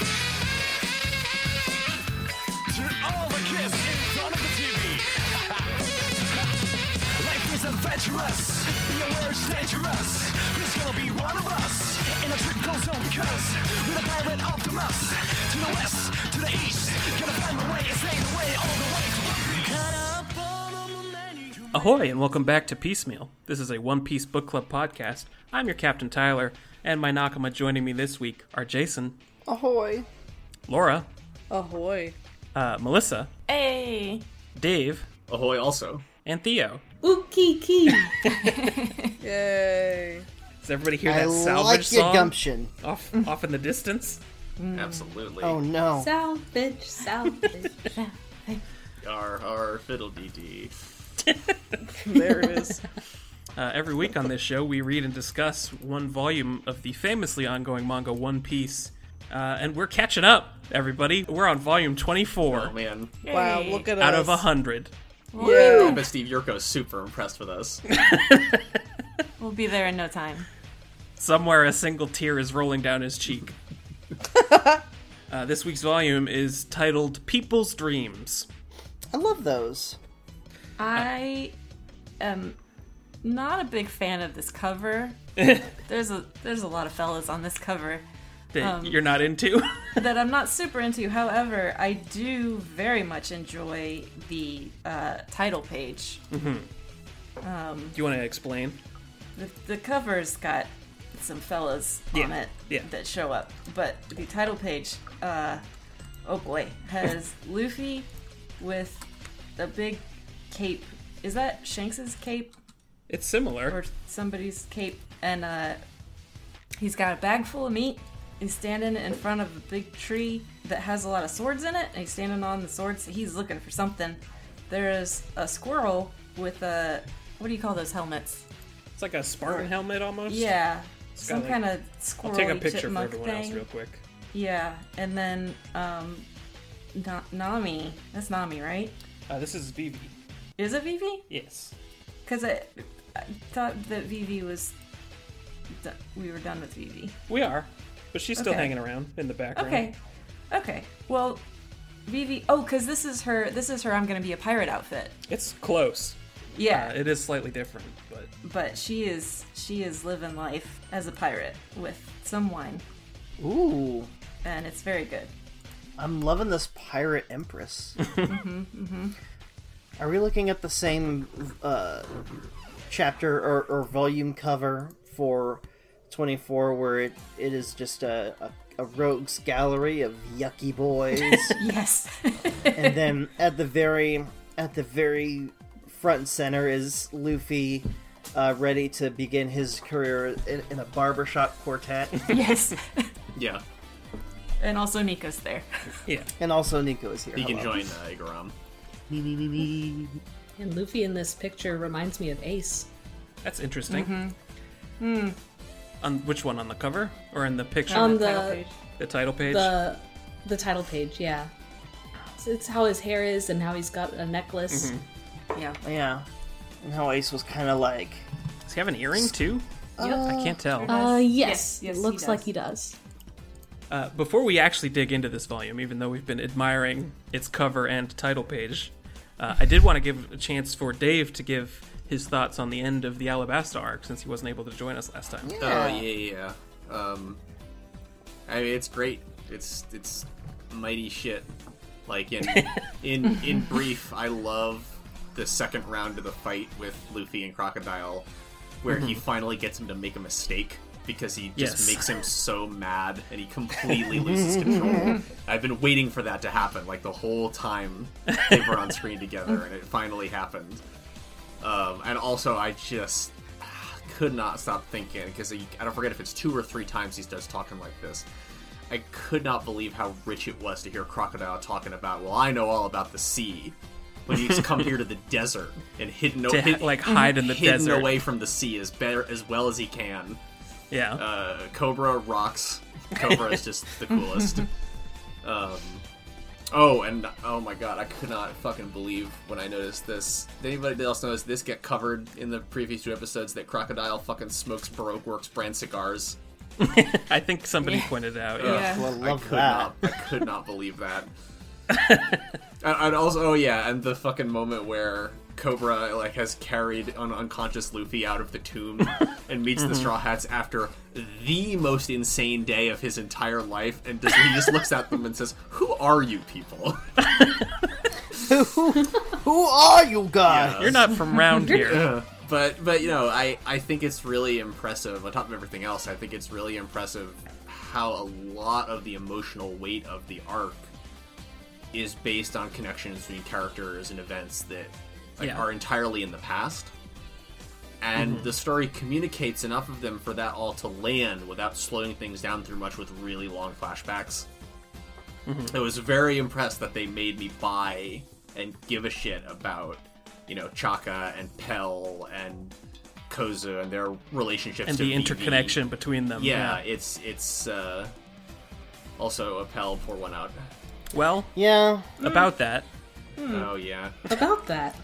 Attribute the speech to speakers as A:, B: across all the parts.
A: dangerous. Be aware it's dangerous. There's gonna be one of us in a critical zone because we're the pirate Optimus. To the west, to the east, gonna find the way and stay the way all the way.
B: Ahoy, and welcome back to Piecemeal. This is a One Piece Book Club podcast. I'm your Captain Tyler, and my Nakama joining me this week are Jason,
C: Ahoy.
B: Laura,
C: Ahoy.
B: uh, Melissa,
D: Hey.
B: Dave,
E: Ahoy also.
B: and Theo.
C: Yay.
B: Does everybody hear
F: I
B: that salvage
F: like your
B: song
F: gumption.
B: off off in the distance?
E: Absolutely.
F: Oh no.
D: Salvage, salvage.
E: Our our fiddle DD.
C: There it is.
B: Uh, every week on this show, we read and discuss one volume of the famously ongoing manga One Piece, uh, and we're catching up, everybody. We're on volume 24
E: Oh man.
C: wow, look at
B: out
C: us.
B: of 100.
E: I
C: Yeah.
E: bet Steve Yurko's super impressed with us.
D: We'll be there in no time.
B: Somewhere a single tear is rolling down his cheek. uh, this week's volume is titled People's Dreams.
F: I love those.
D: I am not a big fan of this cover. there's a there's a lot of fellas on this cover
B: That
D: Um,
B: you're not into.
D: that I'm not super into. However, I do very much enjoy the uh, title page.
B: Do you want to explain?
D: The, the cover's got some fellas on
B: Yeah,
D: it
B: yeah.
D: that show up, but the title page, uh, oh boy, has Luffy with a big cape. Is that Shanks's cape
B: It's similar.
D: or somebody's cape? And uh, he's got a bag full of meat. He's standing in front of a big tree that has a lot of swords in it, and he's standing on the swords. He's looking for something. There is a squirrel with a what do you call those helmets?
B: It's like a Spartan helmet almost.
D: Yeah.
B: got,
D: Some
B: like-
D: kind of
B: I'll
D: squirrel.
B: take a picture for
D: chipmunk
B: everyone
D: thing.
B: else real quick.
D: Yeah, and then um, Na- Nami. That's Nami, right?
B: Uh, this is Vivi.
D: Is it Vivi?
B: Yes.
D: Because I, I thought that Vivi was. do- We were done with Vivi.
B: We are. But she's still
D: Okay.
B: hanging around in the background.
D: Okay. Okay. Well, Vivi. Oh, because this is her. This is her. I'm gonna be a pirate outfit.
B: It's close.
D: Yeah.
B: Uh, it is slightly different, but
D: but she is. She is living life as a pirate with some wine,
F: Ooh.
D: and it's very good.
F: I'm loving this pirate empress. Are we looking at the same uh, chapter or, or volume cover for 24 where it, it is just a, a, a rogues gallery of yucky boys?
D: Yes.
F: and then at the very at the very front and center is Luffy uh, ready to begin his career in, in a barbershop quartet
D: yes.
E: Yeah.
D: And also Nico's there.
B: yeah.
F: and also Nico is here
E: He can
F: hello.
E: join uh, Igaram.
G: And Luffy in this picture reminds me of Ace.
B: That's interesting.
D: Mm-hmm.
B: On which one? On the cover or in the picture?
G: On
D: Title
G: the
D: page.
B: the title page.
G: the the title page, yeah. It's, it's how his hair is and how he's got a necklace.
D: Yeah.
F: yeah and how Ace was kind of like
B: Does he have an earring too? I can't tell.
G: Uh,
D: Yes,
G: yes,
D: yes,
G: it
D: he
G: looks
D: does.
G: like he does.
B: Uh, before we actually dig into this volume, even though we've been admiring its cover and title page, uh, I did want to give a chance for Dave to give his thoughts on the end of the Alabasta arc since he wasn't able to join us last time.
E: Oh
F: "Eh,
E: yeah, yeah. yeah. Um, I mean, it's great. It's it's mighty shit. Like in in in brief, I love the second round of the fight with Luffy and Crocodile, where he finally gets him to make a mistake because he just
B: Yes.
E: makes him so mad and he completely loses control. I've been waiting for that to happen like the whole time they were on screen together, and it finally happened. Um, and also, I just could not stop thinking because I don't forget if it's two or three times he starts talking like this. I could not believe how rich it was to hear Crocodile talking about. Well, I know all about the sea. When he's come here to the desert and hidden,
B: To,
E: hid-
B: like, hide in the
E: hidden
B: desert.
E: away from the sea as better as well as he can.
B: Yeah.
E: Uh, Cobra rocks. Cobra is just the coolest. Um, oh, and oh my god, I could not fucking believe when I noticed this. Did anybody else notice this get covered in the previous two episodes that Crocodile fucking smokes Baroque Works brand cigars?
B: I think somebody pointed out. Yeah.
D: Yeah.
F: well love
E: I could
F: that
E: not. I could not believe that. and, and also, oh yeah, and the fucking moment where Cobra like has carried an unconscious Luffy out of the tomb and meets
F: Mm-hmm.
E: the Straw Hats after the most insane day of his entire life, and does, he just looks at them and says, "Who are you people?"
F: Who are you guys?
B: You're not from round here.
E: but but you know, I I think it's really impressive. On top of everything else, I think it's really impressive how a lot of the emotional weight of the arc is based on connections between characters and events that like,
B: Yeah.
E: are entirely in the past. And the story communicates enough of them for that all to land without slowing things down through much with really long flashbacks. I was very impressed that they made me buy and give a shit about, you know, Chaka and Pell and Koza and their relationships
B: and
E: to
B: the
E: Vivi.
B: interconnection between them.
E: Yeah, it's it's uh, also a Pell pour one out.
B: Well,
F: Yeah.
B: about that,
E: Oh yeah,
G: About that.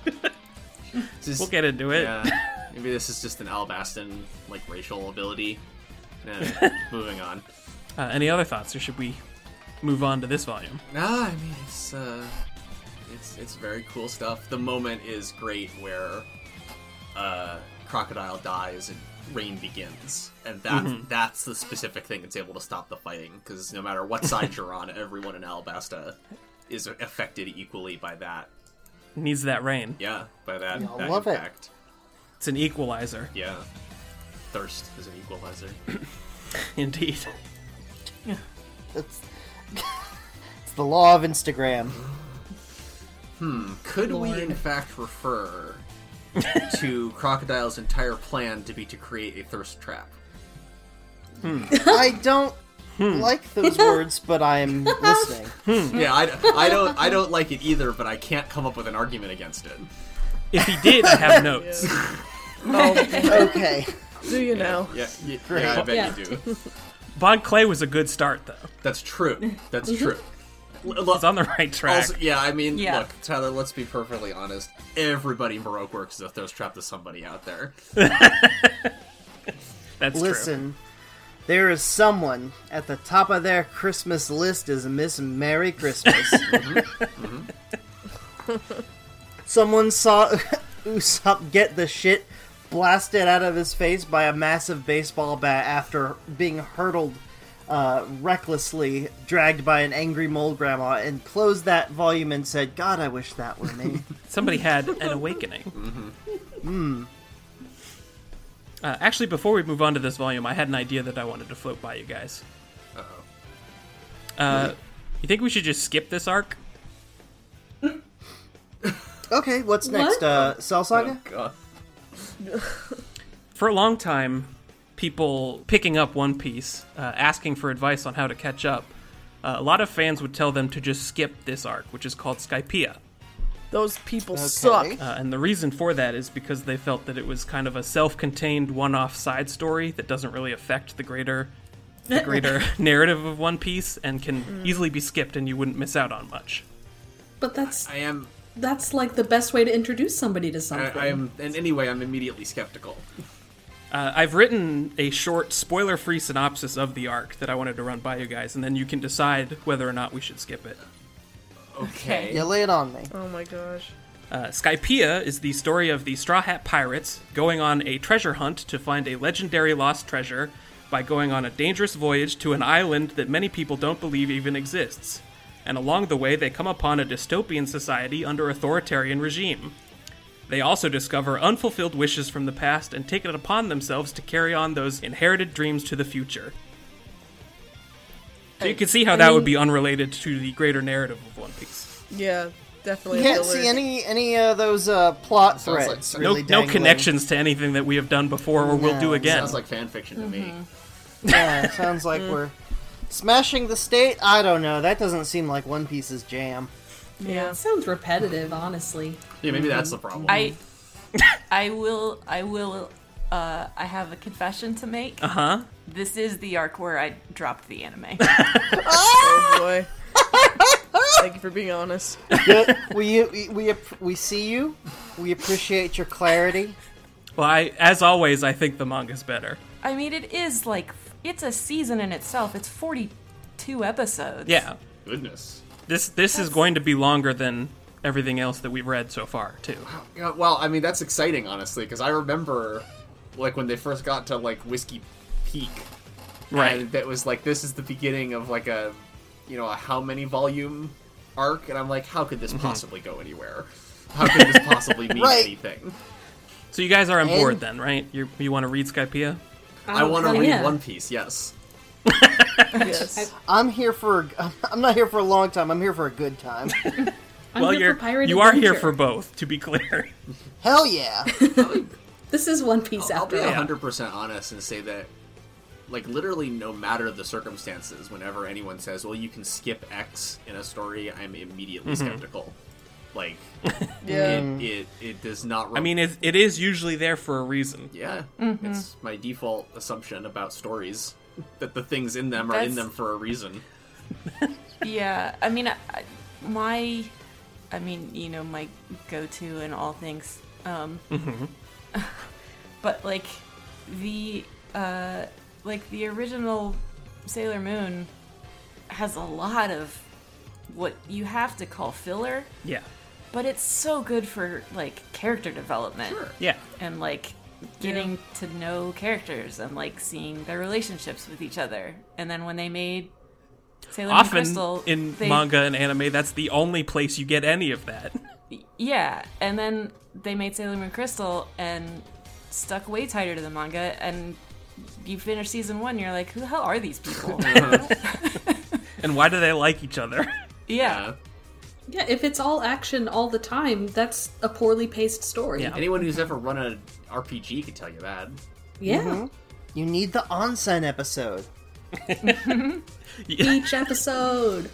E: This is-
B: Hmm. we'll get into it.
E: Yeah, maybe this is just an Alabastan like racial ability. Eh, moving on.
B: Uh, any other thoughts, or should we move on to this volume?
E: Nah, I mean it's uh, it's it's very cool stuff. The moment is great where uh, crocodile dies and rain begins, and that that's the specific thing that's able to stop the fighting. Because no matter what side you're on, everyone in Alabasta is affected equally by that.
B: Needs that rain.
E: Yeah, by that,
F: Yeah, I
E: that
F: love it.
E: impact.
B: It's an equalizer,
E: Yeah, thirst is an equalizer.
B: indeed.
F: That's it's the law of Instagram.
E: Could we, in fact, refer to Crocodile's entire plan to be to create a thirst trap?
F: I don't
E: Hmm.
F: like those words, but I'm listening.
E: Yeah, I, I don't, I don't like it either, but I can't come up with an argument against it.
B: If he did, I have notes.
F: Okay.
C: Do you know?
E: Yeah, y- yeah, I bet you do.
B: Bon Clay was a good start, though.
E: That's true. That's true. L- look,
B: It's on the right track.
E: also- Mm-hmm. yeah, I mean,
D: Yeah.
E: look, Tyler. Let's be perfectly honest. Everybody in Baroque works is a thirst trap to somebody out there.
B: That's true.
F: Listen, there is someone at the top of their Christmas list is Miss Merry Christmas.
B: Mm-hmm.
F: someone saw Usopp get the shit blasted out of his face by a massive baseball bat after being hurtled uh, recklessly, dragged by an angry mole grandma, and closed that volume and said, "God, I wish that were me."
B: Somebody had an awakening. Uh, actually, before we move on to this volume, I had an idea that I wanted to float by you guys. Uh-oh. Uh, you think we should just skip this arc?
F: okay, what's next? Uh, Cell Saga.
E: God.
B: for a long time, people picking up One Piece, uh, asking for advice on how to catch up, uh, a lot of fans would tell them to just skip this arc, which is called Skypea.
C: Those people suck.
B: Uh, and the reason for that is because they felt that it was kind of a self-contained one-off side story that doesn't really affect the greater the greater narrative of One Piece and can easily be skipped and you wouldn't miss out on much.
G: But that's
E: I am,
G: that's like the best way to introduce somebody to
E: I,
G: something.
E: I am, and anyway, I'm immediately skeptical.
B: Uh, I've written a short spoiler-free synopsis of the arc that I wanted to run by you guys and then you can decide whether or not we should skip it.
E: Okay.
F: You lay it on me.
C: Oh my gosh.
B: Uh, Skypea is the story of the Straw Hat Pirates going on a treasure hunt to find a legendary lost treasure by going on a dangerous voyage to an island that many people don't believe even exists. And along the way, they come upon a dystopian society under authoritarian regime. They also discover unfulfilled wishes from the past and take it upon themselves to carry on those inherited dreams to the future. So you can see how that would be unrelated to the greater narrative of One Piece.
C: Yeah, definitely.
F: You
C: a
F: can't
C: filler.
F: see any any of those uh, plot
E: Sounds like
F: threads.
E: some-
B: no,
F: really
B: no
F: dangling.
B: connections to anything that we have done before or will
F: No.
B: do again.
E: Sounds like fan fiction to me.
F: Yeah, it sounds like we're smashing the state. I don't know. That doesn't seem like One Piece's jam.
C: Yeah.
G: It sounds repetitive, honestly.
E: Yeah, maybe that's the problem.
D: I I will I will uh I have a confession to make. Uh-huh. This is the arc where I dropped the anime.
C: Oh boy. Thank you for being honest.
F: Good. we, we we ap- we see you. We appreciate your clarity.
B: well, I, as always, I think the manga's better.
D: I mean it is like it's a season in itself. It's 42 episodes.
B: Yeah,
E: Goodness.
B: this this is going to be longer than everything else that we've read so far too.
E: Yeah, well, I mean that's exciting, honestly, because I remember, like when they first got to like Whiskey Peak,
B: Right.
E: And that was like this is the beginning of like a, you know, a how many volume arc, and I'm like, how could this
B: Mm-hmm.
E: possibly go anywhere? How could this possibly mean
F: Right.
E: anything?
B: So you guys are on board
F: And-
B: then, right? You you want to read Skypea?
E: I want to
G: Oh, hell
E: read
G: Um, yeah.
E: One Piece. Yes.
C: Yes.
F: I'm here for. I'm not here for a long time. I'm here for a good time.
G: I'm
B: well,
G: here for
B: you're
G: Pirate
B: you are here
G: Adventure.
B: for both, to be clear.
F: Hell yeah!
G: This is One Piece
E: I'll
G: after
E: be
G: all.
E: hundred percent honest and say that, like, literally, no matter the circumstances, whenever anyone says, "Well, you can skip X in a story," I'm immediately
B: Mm-hmm.
E: skeptical. Like,
C: Yeah.
E: it, it it does not.
B: Um, I mean, it, it is usually there for a reason.
E: yeah, it's my default assumption about stories that the things in them are
D: That's-
E: in them for a reason.
D: Yeah, I mean, I, I- my, I mean, you know, my go-to in all things. Um,
B: Mm-hmm.
D: but like the uh, like the original Sailor Moon has a lot of what you have to call filler,
B: Yeah.
D: but it's so good for like character development
B: Yeah.
D: and like getting to know characters and like seeing their relationships with each other. And then when they made Sailor Moon
B: Often
D: Crystal,
B: in
D: they,
B: manga and anime, that's the only place you get any of that.
D: yeah, and then they made Sailor Moon Crystal and stuck way tighter to the manga. And you finish season one, you're like, who the hell are these people?
B: And why do they like each other?
D: yeah,
G: Yeah, if it's all action all the time, that's a poorly paced story.
B: Yeah.
E: Anyone who's ever run an RPG can tell you that.
G: Yeah.
F: You need the onsen episode.
G: Each episode.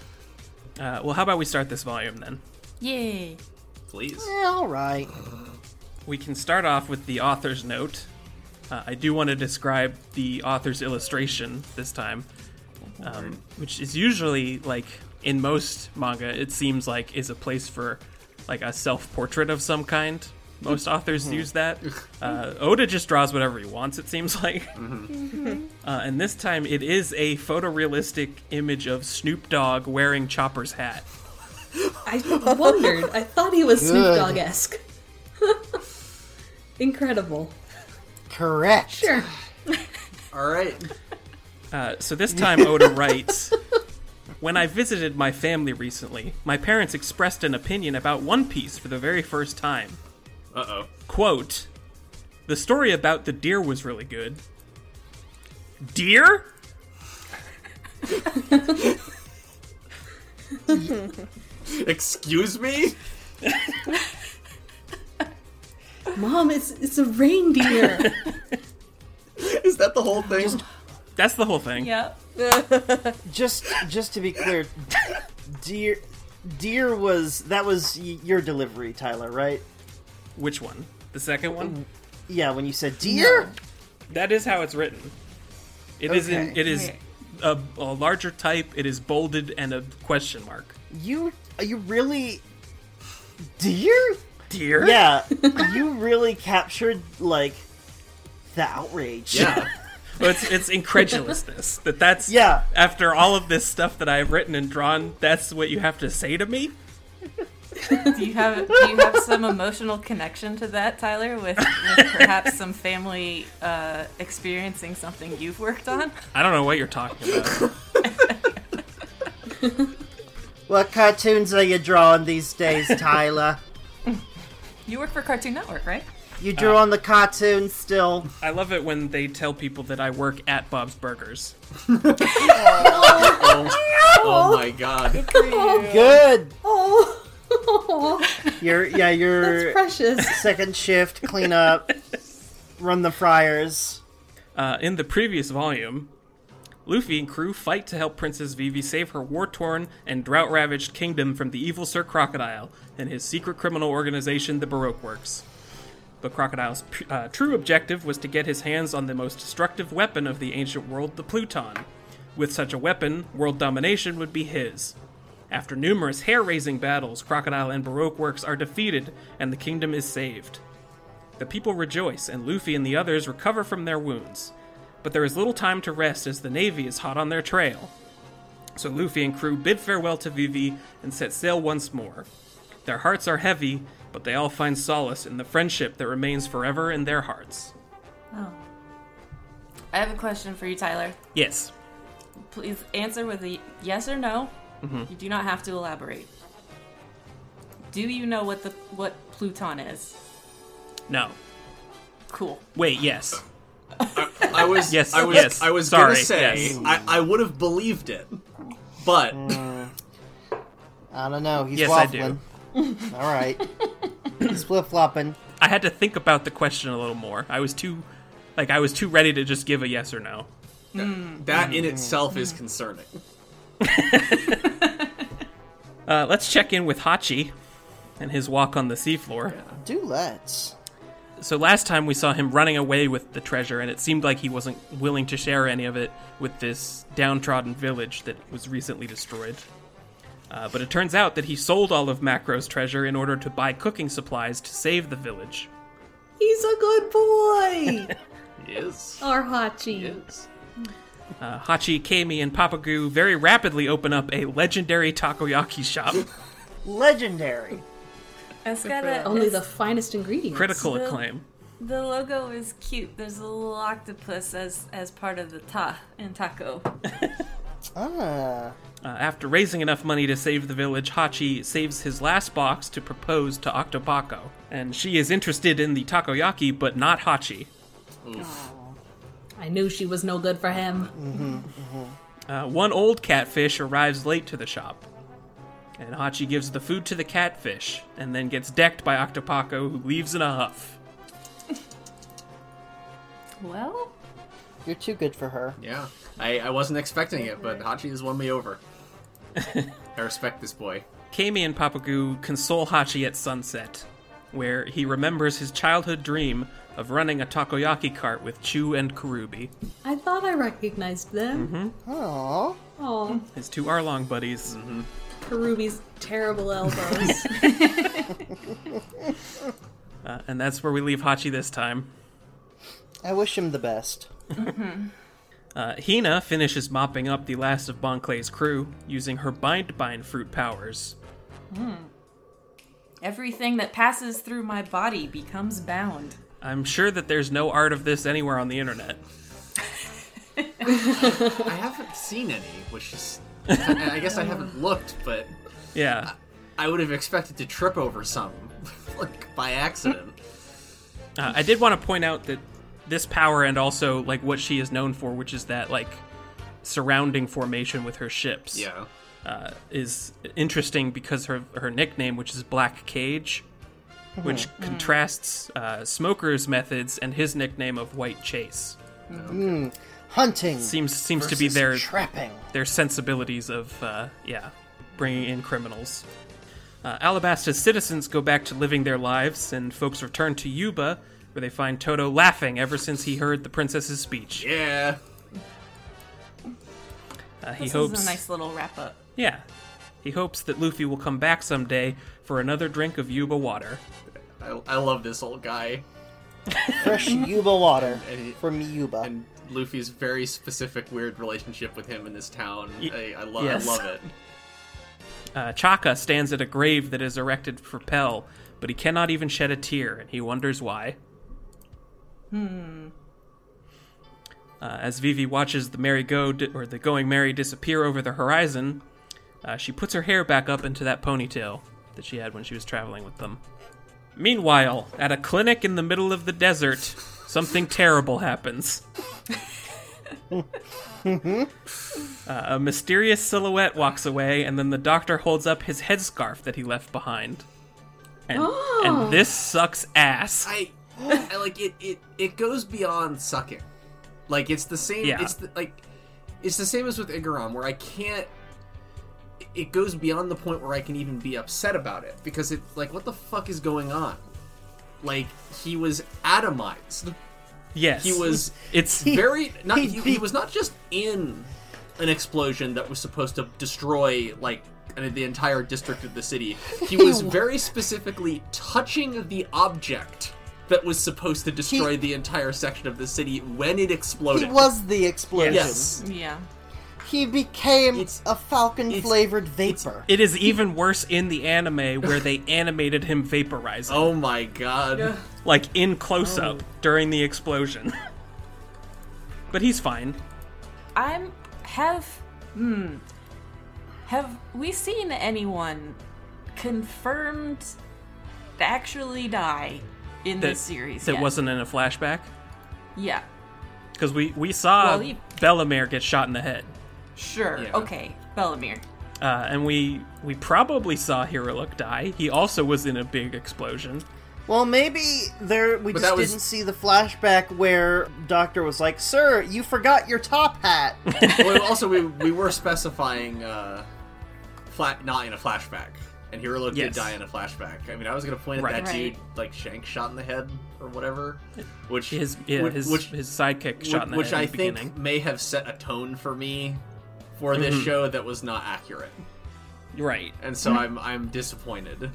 B: Uh, well, how about we start this volume then?
D: yay.
E: Please.
F: Yeah, all right.
B: We can start off with the author's note. Uh, I do want to describe the author's illustration this time, um, which is usually like in most manga, it seems like is a place for like a self-portrait of some kind. Most authors use that. Uh, Oda just draws whatever he wants. It seems like, uh, and this time it is a photorealistic image of Snoop Dogg wearing Chopper's hat.
G: I wondered. I thought he was Snoop
F: Good.
G: Dogg esque. Incredible.
F: Correct.
G: Sure.
E: All right.
B: Uh, so this time Oda writes When I visited my family recently, my parents expressed an opinion about One Piece for the very first time.
E: Uh oh.
B: Quote The story about the deer was really good. Deer?
E: Excuse me.
G: Mom, it's it's a reindeer.
E: Is that the whole thing?
B: That's the whole thing.
D: Yep.
F: Just, just to be clear, deer, deer was that was y- your delivery, Tyler, right?
B: Which one? The second one?
F: Yeah, when you said deer.
B: That is how it's written. It is in,
F: Okay.
B: it is a, a larger type, it is bolded and a question mark.
F: You, are you really deer?
B: Deer?
F: Yeah, you really captured like the outrage.
E: Yeah.
B: Well, it's it's incredulousness that that's
F: Yeah.
B: After all of this stuff that I've written and drawn, that's what you have to say to me.
D: Do you have do you have some emotional connection to that, Tyler? With, with perhaps some family uh, experiencing something you've worked on?
B: I don't know what you're talking about.
F: What cartoons are you drawing these days, Tyler?
D: You work for Cartoon Network, right?
F: You drew on the cartoon still.
B: I love it when they tell people that I work at Bob's Burgers.
E: oh my god.
F: Good.
G: oh. Aw,
F: Your yeah,
G: that's
F: your
G: Oh, precious.
F: second shift cleanup, run the fryers.
B: Uh, in the previous volume, Luffy and crew fight to help Princess Vivi save her war-torn and drought-ravaged kingdom from the evil Sir Crocodile and his secret criminal organization, the Baroque Works. But Crocodile's p- uh, true objective was to get his hands on the most destructive weapon of the ancient world, the Pluton. With such a weapon, world domination would be his. After numerous hair raising battles, Crocodile and Baroque Works are defeated, and the kingdom is saved. The people rejoice, and Luffy and the others recover from their wounds. But there is little time to rest as the Navy is hot on their trail. So Luffy and crew bid farewell to Vivi and set sail once more. Their hearts are heavy, but they all find solace in the friendship that remains forever in their hearts.
D: Oh. I have a question for you, Tyler.
B: Yes.
D: Please answer with a yes or no. You do not have to elaborate. Do you know what the what Pluton is?
B: No.
D: Cool.
B: Wait, yes.
E: I was
B: Yes,
E: I was
B: yes,
E: I was
B: sorry,
E: gonna say
B: yes.
E: I, I would have believed it, but
F: I don't know. He's
B: Yes, I
F: waffling. All right. He's flip flopping.
B: I had to think about the question a little more. I was too like I was too ready to just give a yes or no.
E: that in itself is concerning.
B: Uh, let's check in with Hachi and his walk on the seafloor.
F: Do let's.
B: So last time we saw him running away with the treasure, and it seemed like he wasn't willing to share any of it with this downtrodden village that was recently destroyed. Uh, but it turns out that he sold all of Macro's treasure in order to buy cooking supplies to save the village.
G: He's a good boy.
E: Yes.
G: Our Hachi.
E: Yes.
B: Uh, Hachi, Kami, and Papagu very rapidly open up a legendary takoyaki shop.
F: Legendary.
D: It's got a,
G: Only the
D: it's-
G: finest ingredients.
B: Critical
D: Yes.
B: acclaim.
D: the logo is cute. There's a little octopus as as part of the ta in taco.
F: Ah.
B: Uh, after raising enough money to save the village, Hachi saves his last box to propose to Octopako. And she is interested in the takoyaki, but not Hachi.
G: I knew she was no good for him.
B: Uh, one old catfish arrives late to the shop, and Hachi gives the food to the catfish, and then gets decked by Octopaco, who leaves in a huff.
D: Well,
F: You're too good for her.
E: Yeah. I, I wasn't expecting it, but Hachi has won me over. I respect this boy.
B: Kami and Papagu console Hachi at sunset, where he remembers his childhood dream of running a takoyaki cart with Chu and Karubi,
G: I thought I recognized them.
F: Aww.
G: Oh,
B: his two Arlong buddies.
G: Karubi's terrible elbows.
B: Uh, and that's where we leave Hachi this time.
F: I wish him the best.
B: Uh, Hina finishes mopping up the last of Bonclay's crew using her bind bind fruit powers.
D: everything that passes through my body becomes bound.
B: I'm sure that there's no art of this anywhere on the internet.
E: I haven't seen any, which is and I guess I haven't looked, but
B: Yeah.
E: I would have expected to trip over some like by accident.
B: Uh, I did want to point out that this power and also like what she is known for, which is that like surrounding formation with her ships,
E: Yeah.
B: uh, is interesting because her her nickname, which is Black Cage, which contrasts uh, Smoker's methods and his nickname of White Chase.
F: Hunting.
B: Seems seems to be
F: versus
B: their
F: trapping.
B: their sensibilities of uh, yeah bringing in criminals uh, alabasta's citizens go back to living their lives and folks return to yuba where they find toto laughing ever since he heard the princess's speech
E: Yeah.
B: uh, he
D: This
B: hopes
D: is a nice little wrap up.
B: yeah he hopes that luffy will come back someday for another drink of yuba water
E: I, I love this old guy.
F: Fresh Yuba water
E: and-
F: from Yuba.
E: and Luffy's very specific weird relationship with him in this town. I, I, lo-
B: yes.
E: I love it.
B: uh, chaka stands at a grave that is erected for pell but he cannot even shed a tear and he wonders why Uh, as Vivi watches the merry go di- or the going merry disappear over the horizon, uh, she puts her hair back up into that ponytail that she had when she was traveling with them. Meanwhile, at a clinic in the middle of the desert, something terrible happens. uh, a mysterious silhouette walks away, and then the doctor holds up his headscarf that he left behind. And, and this sucks ass.
E: I, I like it, it. It goes beyond sucking. Like it's the same.
B: Yeah.
E: It's the, like it's the same as with Igaram, where I can't. It goes beyond the point where I can even be upset about it because it like what the fuck is going on? Like he was atomized.
B: yes.
E: He was
B: It's
E: very not
F: he-
E: he, he was not just in an explosion that was supposed to destroy like an- the entire district of the city he was very specifically touching the object that was supposed to destroy
F: He-
E: the entire section of the city when it
F: He
E: exploded
F: was the explosion.
E: yes
D: Yeah.
F: He became
E: It's-
F: a falcon flavored vapor.
B: It is even worse in the anime where they animated him vaporizing,
E: Oh my god.
B: like in close up
D: Oh.
B: during the explosion. but he's fine.
D: I'm have hmm have we seen anyone confirmed to actually die in
B: That
D: this series?
B: that
D: yet?
B: wasn't in a flashback
D: Yeah,
B: because we we saw
D: Well, he-
B: Bellamere get shot in the head,
D: sure.
E: Yeah.
D: Okay, Bellamere.
B: uh, and we we probably saw Hiraluk die. He also was in a big explosion.
F: Well, maybe there we
E: But
F: just
E: that was-
F: didn't see the flashback where Doctor was like, "Sir, you forgot your top hat."
E: well, also we we were specifying uh, flat not in a flashback, and Hirolo did
B: Yes.
E: die in a flashback. I mean, I was gonna point at
B: Right.
E: that dude
D: Right.
E: like Shank shot in the head or whatever, which
B: His yeah,
E: which,
B: his
E: which,
B: his sidekick shot in the
E: which
B: head
E: I
B: in the
E: think
B: beginning. Mm-hmm.
E: may have set a tone for me for this show that was not accurate,
B: Right.
E: and
F: Mm.
E: so I'm I'm disappointed.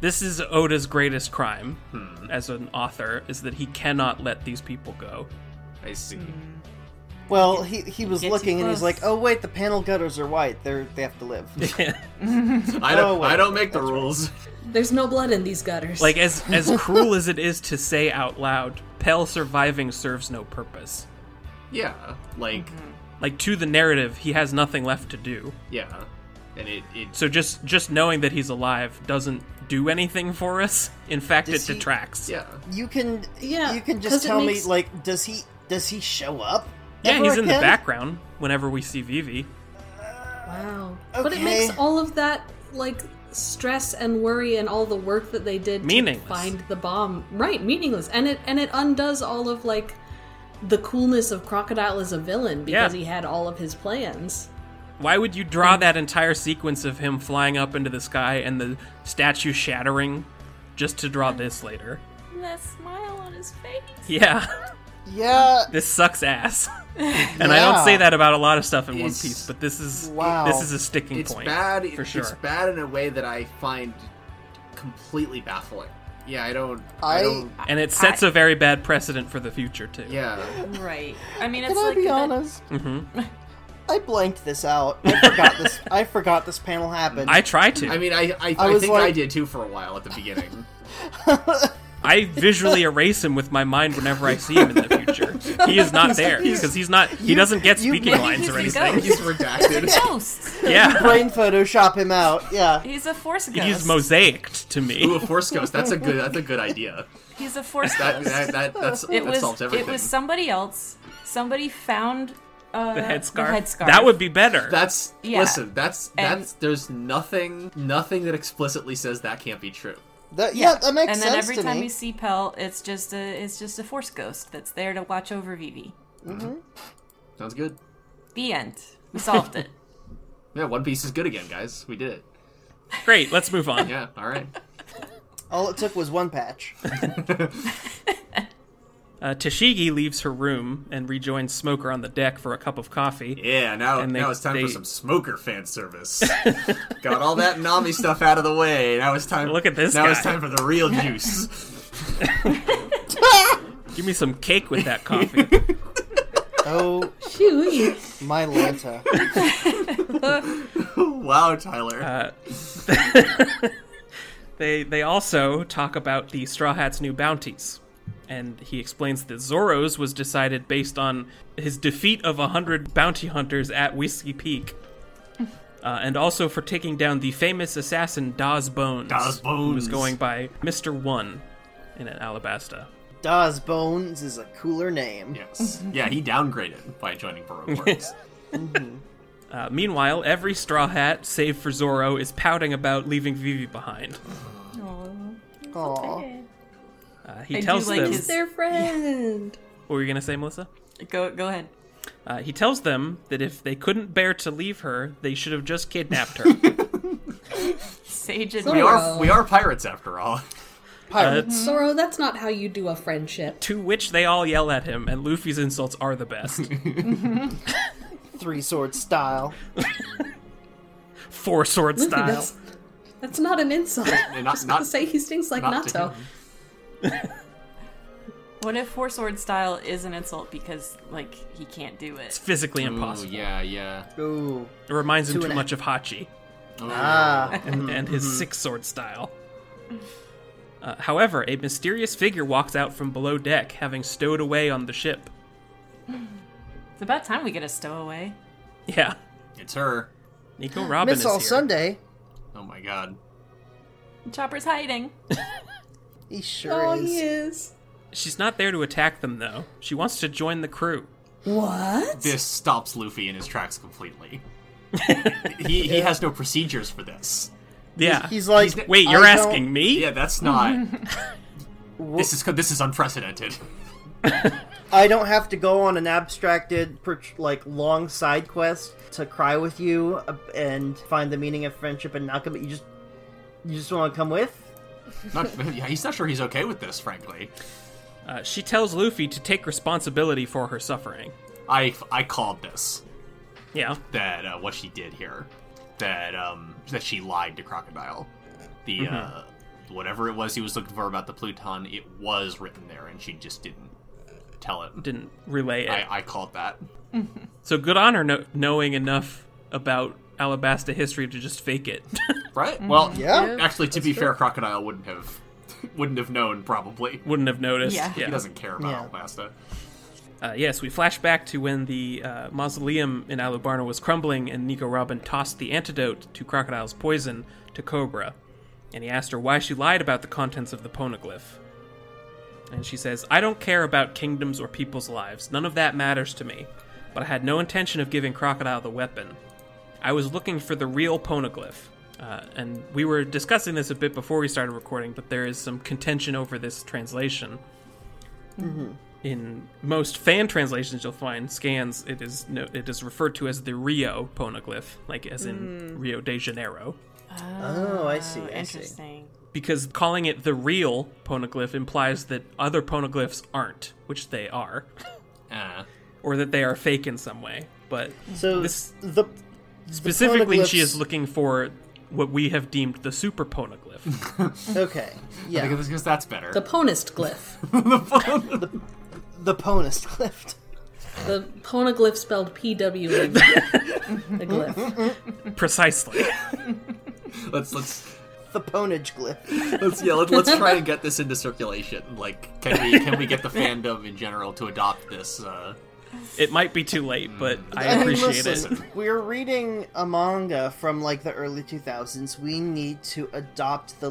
B: This is Oda's greatest crime
E: Hmm.
B: as an author is that he cannot let these people go.
E: I see.
F: Mm. Well, he he was
D: Get too
F: looking and he's
D: close.
F: like, "Oh wait, the panel gutters are white. They're they have to live."
E: I don't
F: Oh, wait,
E: I don't make the rules.
G: There's no blood in these gutters.
B: Like as as cruel as it is to say out loud, Pell surviving serves no purpose.
E: yeah, like
F: Mm-hmm.
B: Like to the narrative, he has nothing left to do.
E: yeah, and it it
B: So just just knowing that he's alive doesn't do anything for us. In fact,
F: Does
B: it
F: he-
B: detracts.
E: yeah.
F: You can
G: Yeah,
F: you can
G: 'cause
F: just
G: it
F: tell
G: makes-
F: me like, does he does he show up?
B: Yeah,
F: ever
B: he's in the
F: again?
B: background whenever we see Vivi.
G: wow. But it
F: Okay.
G: makes all of that like stress and worry and all the work that they did
B: Meaningless.
G: to find the bomb right meaningless and it and it undoes all of like the coolness of crocodile as a villain because
B: Yeah.
G: he had all of his plans
B: Why would you draw that entire sequence of him flying up into the sky and the statue shattering just to draw this later?
D: And that smile on his face.
B: Yeah,
F: Yeah.
B: this sucks ass. And I don't say
F: Yeah.
B: that about a lot of stuff in One
E: It's-
B: Piece, but this is
F: Wow.
B: this is a sticking
E: it's
B: point
E: bad it-
B: for sure.
E: It's bad in a way that I find completely baffling. Yeah, I don't. I,
F: I-
E: don't.
B: and it sets a very bad precedent for the future too.
E: Yeah,
D: Right. I mean, it's
F: Can I
D: like
F: be
D: the-
F: honest?
B: Mm-hmm.
F: I blanked this out. I forgot this. I forgot this panel happened.
B: I try to.
E: I mean, I I, I,
F: I was
E: think I
F: like-
E: did too for a while at the beginning.
B: I visually erase him with my mind whenever I see him in the future. He is not there because he's not. He
F: you-
B: doesn't get
F: you-
B: speaking
F: you-
B: lines or
D: he's a
B: anything.
E: He's redacted.
D: Ghost.
B: Yeah,
F: brain Photoshop him out. Yeah.
D: He's a force ghost.
B: he's mosaiced to
E: Ooh, a
B: me.
E: force ghost. That's a good. That's a good idea.
D: He's a force
E: That,
D: ghost.
E: that, that that's
D: it
E: that
D: was.
E: solves everything.
D: It was somebody else. Somebody found uh,
B: The headscarf.
D: The headscarf.
B: That would be better.
E: that's
D: Yeah.
E: listen. That's
D: And-
E: that's. There's nothing. Nothing that explicitly says that can't be true.
F: That, yeah. That makes
D: and
F: sense
D: then every
F: to
D: time
F: me.
D: you see Pell, it's just a it's just a force ghost that's there to watch over Vivi.
E: Sounds good.
D: The end. We solved it.
E: Yeah, One Piece is good again, guys. We did it.
B: Great. Let's move on.
E: Yeah. All right.
F: All it took was one patch.
B: Uh, Tashigi leaves her room and rejoins Smoker on the deck for a cup of coffee.
E: Yeah, now
B: And they-
E: now it's time for
B: they-
E: some smoker fan service. Got all that Nami stuff out of the way. Now it's time.
B: Look at this
E: Now it's
B: guy.
E: time for the real juice.
B: Give me some cake with that coffee.
F: Oh
G: Phew.
F: my Lanta.
E: wow, Tyler.
B: they they also talk about the Straw Hat's new bounties. And he explains that Zoro's was decided based on his defeat of 100 bounty hunters at Whiskey Peak. Uh, and also for taking down the famous assassin Daz Bones.
E: Daz
B: Who was
E: Bones.
B: going by Mr. One in Alabasta.
F: Dawes Bones is a cooler name.
E: yes. Yeah, he downgraded by joining Baroque Works.
B: Uh, meanwhile, every Straw Hat, save for Zoro, is pouting about leaving Vivi behind.
F: Aw.
B: Uh, he
D: I do
B: tells
D: like
B: them.
D: his-
G: their friend
B: What were you going to say, Melissa?
D: Go go ahead.
B: Uh, he tells them that if they couldn't bear to leave her, they should have just kidnapped her.
D: Sage and
E: We
D: Zoro.
E: are we are pirates after all.
F: Pirates.
G: Zoro, that's not how you do a friendship
B: Uh, to which they all yell at him, and Luffy's insults are the best.
F: Three sword style.
B: Four sword
G: Luffy,
B: style.
G: that's that's not an insult
E: And not, not,
G: say he stinks like
E: not to
G: Nato.
E: him.
D: What if four sword style is an insult because like he can't do it?
B: Physically
E: Ooh,
B: impossible.
E: yeah, yeah.
F: Ooh.
B: It reminds him
F: Two
B: too
F: and a
B: much of Hachi
E: Oh.
F: Ah.
E: Mm-hmm.
B: and, and his six sword style. Uh, however, a mysterious figure walks out from below deck, having stowed away on the ship.
D: It's about time we get a stowaway.
B: Yeah,
E: It's her.
B: Nico Robin
F: Miss
B: is
F: All
B: here.
F: Sunday.
E: Oh my god.
D: Chopper's hiding.
F: He sure
G: Oh,
F: is.
G: he is.
B: She's not there to attack them, though. She wants to join the crew.
G: What?
E: This stops Luffy in his tracks completely. he, he has no procedures for this.
B: Yeah.
F: He's like,
B: Wait,
F: I
B: you're
F: don't-
B: asking me?
E: Yeah, that's not. this is this is unprecedented.
F: I don't have to go on an abstracted, per- like, long side quest to cry with you uh, and find the meaning of friendship and not come. You just, you just want to come with.
E: Not, yeah, he's not sure he's okay with this, frankly.
B: Uh, she tells Luffy to take responsibility for her suffering.
E: I I called this
B: Yeah.
E: that uh, what she did here, that um that she lied to Crocodile, the uh, whatever it was he was looking for about the Pluton, it was written there, and she just didn't tell it.
B: Didn't relay it.
E: I, I called that.
B: So good on her no- knowing enough about Alabasta history to just fake it.
E: Right? Well,
F: Yeah.
E: Actually, to be fair, Crocodile wouldn't have wouldn't have known probably.
B: Wouldn't have noticed.
D: Yeah.
E: He doesn't care about
F: Yeah.
E: Alabasta.
B: Uh, yes, we flash back to when the uh, mausoleum in Alubarna was crumbling and Nico Robin tossed the antidote to Crocodile's poison to Cobra. And he asked her why she lied about the contents of the poneglyph. And she says, I don't care about kingdoms or people's lives. None of that matters to me. But I had no intention of giving Crocodile the weapon. I was looking for the real poneglyph. Uh, and we were discussing this a bit before we started recording, but there is some contention over this translation in most fan translations you'll find scans it is no, it is referred to as the Rio poneglyph like as
F: Hmm.
B: in Rio de Janeiro
F: Oh, I see. I see.
D: Interesting.
B: because calling it the real poneglyph implies that other poneglyphs aren't which they are
E: Uh,
B: or that they are fake in some way but
F: So
B: This-
F: the
B: specifically she
F: poneglyphs-
B: is looking for what we have deemed the super poneglyph
F: okay, yeah,
E: because that's better.
G: The ponist glyph.
F: the Ponus Clift.
G: The poneglyph spelled P W. The glyph.
B: precisely
E: let's let's
F: the Ponage Glyph.
E: let's yeah let, let's try and get this into circulation. Like, can we can we get the fandom in general to adopt this? Uh,
B: it might be too late but I appreciate it
F: Listen, We're reading a manga from like the early 2000s. We need to adopt the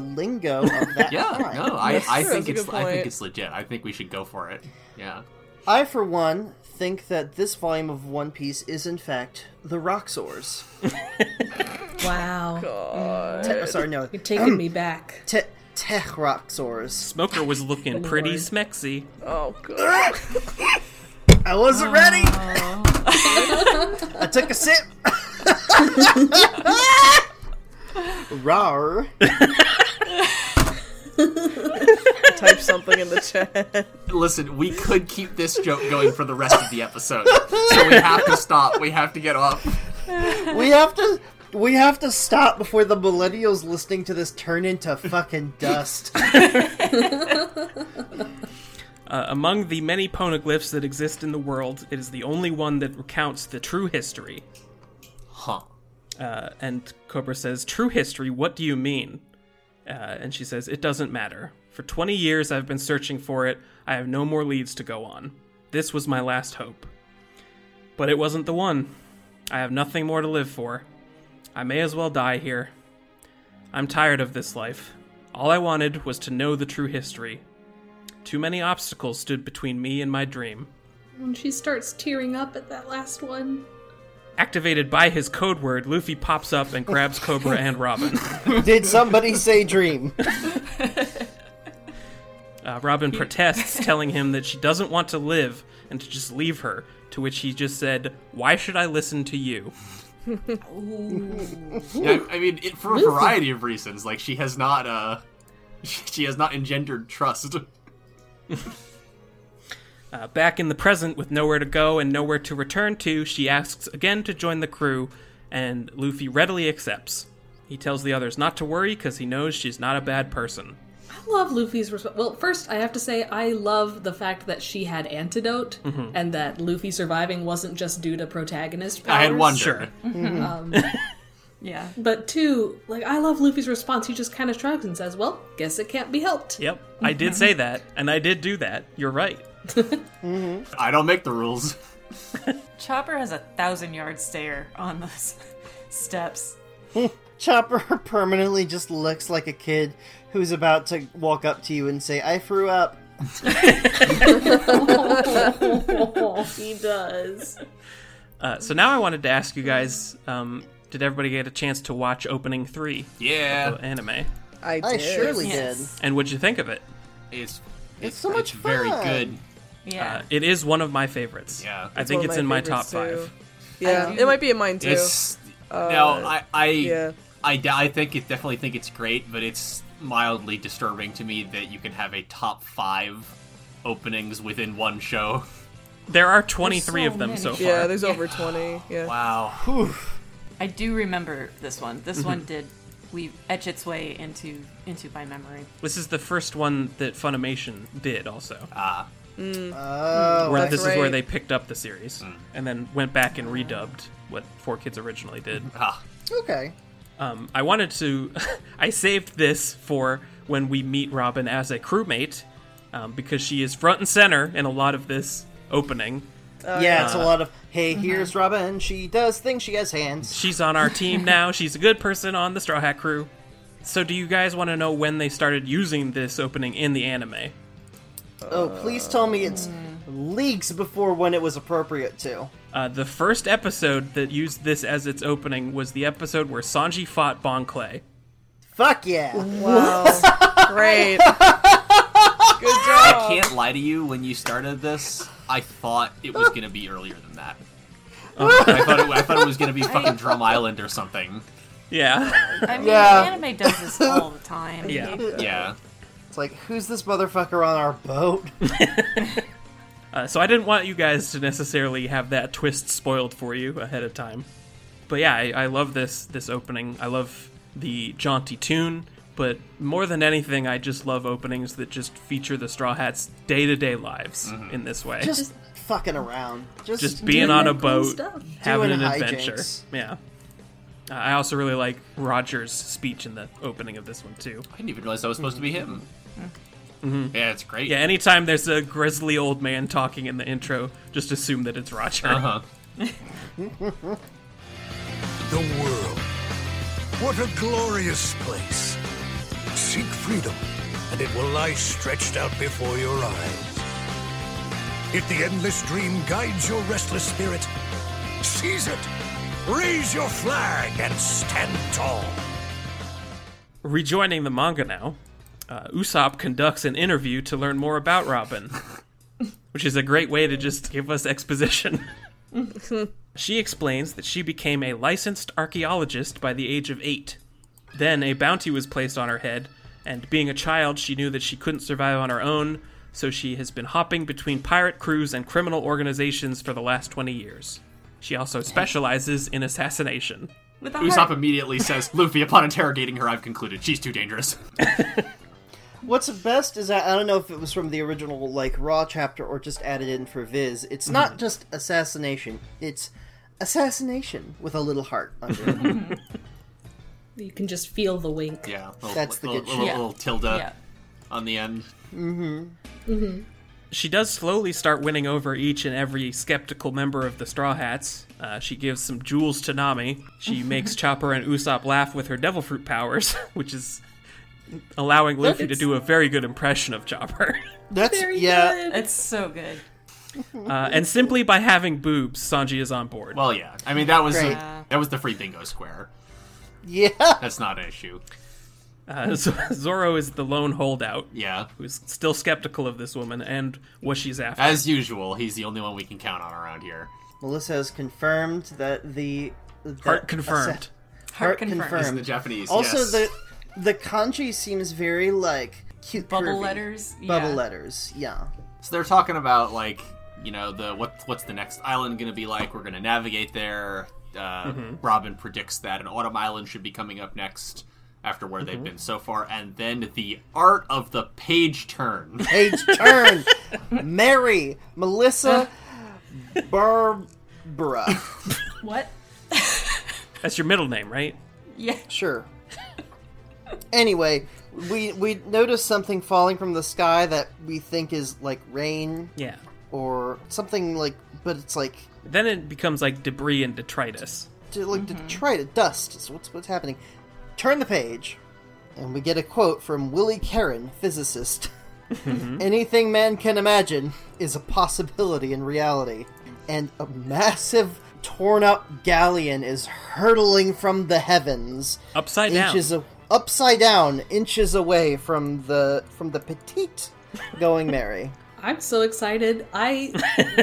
F: lingo of that
E: yeah,
F: time.
E: no, I,
C: That's
E: I
C: true,
E: think
C: that's a
E: it's
C: good
E: I think
C: point.
E: it's legit. I think we should go for it. Yeah,
F: I, for one, think that this volume of One Piece is, in fact, the Roxors.
G: Wow.
F: Te- sorry, no,
G: You're taking me back.
F: te- Tech Roxors.
B: Smoker was looking pretty smexy
C: Oh god.
F: I wasn't ready. I took a sip. Rar.
C: Type something in the chat.
E: listen, we could keep this joke going for the rest of the episode, so we have to stop. We have to get off.
F: We have to. We have to stop before the millennials listening to this turn into fucking dust.
B: Among the many poneglyphs that exist in the world, it is the only one that recounts the true history.
E: Huh.
B: Uh, and Cobra says, True history, what do you mean? Uh, and she says, It doesn't matter. For 20 years, I've been searching for it. I have no more leads to go on. This was my last hope. But it wasn't the one. I have nothing more to live for. I may as well die here. I'm tired of this life. All I wanted was to know the true history. Too many obstacles stood between me and my dream.
G: When she starts tearing up at that last one.
B: Activated by his code word, Luffy pops up and grabs Cobra and Robin.
F: Did somebody say dream?
B: Uh, Robin protests, telling him that she doesn't want to live and to just leave her, to which he just said, Why should I listen to you?
E: Yeah, I I mean, it, for a variety of reasons, like she has not, uh, she has not engendered trust.
B: Uh, back in the present, with nowhere to go and nowhere to return to, she asks again to join the crew, and Luffy readily accepts. He tells the others not to worry because he knows she's not a bad person.
G: I love Luffy's response. Well, first, I have to say, I love the fact that she had antidote and that Luffy surviving wasn't just due to protagonist powers.
E: I had wondered.
B: Sure.
D: Yeah.
G: But two, like, I love Luffy's response. He just kind of shrugs and says, Well, guess it can't be helped.
B: Yep, I did say that, and I did do that. You're right.
E: I don't make the rules.
D: Chopper has a thousand yard stare on those steps.
F: Chopper permanently just looks like a kid who's about to walk up to you and say, I threw up.
G: he does.
B: Uh, so now I wanted to ask you guys: um, Did everybody get a chance to watch opening three
E: Yeah,
B: of anime,
C: I did.
F: I surely
D: Yes.
B: and what'd you think of it?
E: it's
F: It's so much
E: very
F: fun.
E: good.
D: Yeah.
B: Uh, it is one of my favorites.
E: Yeah.
B: I
E: It's
B: think
C: one of
B: it's
C: my
B: in my top
C: favorites,
B: five.
C: too. Yeah,
D: I do-
C: it might be in mine too.
E: It's no, I, I,
C: yeah.
E: I, d- I think it definitely think it's great, but it's mildly disturbing to me that you can have a top five openings within one show.
B: There are 23
D: so
B: of them
D: many.
B: so far.
C: yeah, there's over twenty. Yeah.
E: Wow.
D: I do remember this one. This
B: Mm-hmm.
D: one did we etch its way into into my memory.
B: This is the first one that Funimation did, also.
F: Oh,
B: where
F: that's
B: this
C: Mm. right.
B: is where they picked up the series and then went back and redubbed what Four Kids originally did.
E: Ah,
F: okay.
B: Um, I wanted to, I saved this for when we meet Robin as a crewmate um, because she is front and center in a lot of this opening.
F: yeah, it's a lot of, hey, here's Robin. She does things. She has hands.
B: She's on our team now. She's a good person on the Straw Hat crew. So, do you guys want to know when they started using this opening in the anime?
F: Oh, please tell me it's leagues before when it was appropriate to.
B: Uh, the first episode that used this as its opening was the episode where Sanji fought Bon Clay.
F: Fuck yeah.
C: Wow. Great. Good job.
E: I can't lie to you. When you started this, I thought it was gonna be earlier than that.
F: Oh.
E: I thought it, I thought it was gonna be fucking Drum Island or something.
B: Yeah.
D: I mean,
F: Yeah.
D: anime does this all the time.
B: Yeah.
E: Yeah.
F: It's like, who's this motherfucker on our boat?
B: Uh, so I didn't want you guys to necessarily have that twist spoiled for you ahead of time. But yeah, I, I love this this opening. I love the jaunty tune, but more than anything, I just love openings that just feature the Straw Hats' day to day lives
F: Mm-hmm.
B: in this way. Just,
F: Just fucking around. Just,
B: being on a
G: cool
B: boat,
G: stuff.
B: having
F: Doing
B: an adventure.
F: hijinks.
B: Yeah. Uh, I also really like Roger's speech in the opening of this one too.
E: I didn't even realize that was supposed to be him.
F: Mm-hmm.
E: Yeah, it's great.
B: Yeah, anytime there's a grizzly old man talking in the intro, just assume that it's Roger.
E: Uh
F: Uh-huh.
E: huh.
A: The world. What a glorious place. Seek freedom, and it will lie stretched out before your eyes. If the endless dream guides your restless spirit, seize it. Raise your flag and stand tall.
B: Rejoining the manga now, uh, Usopp conducts an interview to learn more about Robin, which is a great way to just give us exposition. she explains that she became a licensed archaeologist by the age of eight. Then a bounty was placed on her head, and being a child, she knew that she couldn't survive on her own, so she has been hopping between pirate crews and criminal organizations for the last 20 years. She also specializes in assassination.
D: With a
E: Usopp
D: heart.
E: immediately says, "Luffy, upon interrogating her, I've concluded she's too dangerous."
F: What's best is that I don't know if it was from the original like raw chapter or just added in for Viz. It's not just assassination; it's assassination with a little heart under it.
G: You can just feel the wink.
E: Yeah, little,
F: That's the
E: little,
F: good
E: little,
D: shit.
E: little tilde
D: Yeah.
E: on the end.
B: she does slowly start winning over each and every skeptical member of the Straw Hats. Uh, she gives some jewels to Nami. She makes Chopper and Usopp laugh with her devil fruit powers, which is allowing Luffy to
G: it's-
B: do a very good impression of Chopper.
F: That's
G: Very
F: yeah.
G: good.
D: It's so good.
B: Uh, and simply by having boobs, Sanji is on board.
E: Well, yeah, I mean that was
F: Great.
E: the, that was the free bingo square.
F: Yeah,
E: That's not an issue.
B: Uh, so Zoro is the lone holdout
E: Yeah,
B: who's still skeptical of this woman and what she's after.
E: as usual, he's the only one we can count on around here.
F: Melissa has confirmed that the that
B: Heart confirmed.
F: assa-
D: Heart
F: heart
D: confirmed.
F: confirmed.
E: In the Japanese,
F: also,
E: yes.
F: the the kanji seems very like cute
D: Bubble
F: curvy.
D: letters.
F: Bubble
D: yeah.
F: letters, yeah.
E: so they're talking about like you know the what what's the next island going to be like? We're going to Mm-hmm. navigate there. Uh, Robin predicts that an autumn island should be coming up next. after where they've been so far, and then the art of the page turn.
F: Page turn. Mary, Melissa, Barbara.
D: What?
B: That's your middle name, right?
D: Yeah.
F: Sure. Anyway, we we notice something falling from the sky that we think is like rain
B: Yeah.
F: or something like, but it's like
B: Then it becomes like debris and detritus.
F: to like
G: Mm-hmm.
F: detritus, dust. Is what's what's happening? Turn the page, and we get a quote from Willie Caron, physicist.
B: Mm-hmm.
F: Anything man can imagine is a possibility in reality, and a massive torn-up galleon is hurtling from the heavens,
B: Upside down.
F: inches a- upside down, inches away from the from the petite going Mary.
G: I'm so excited. I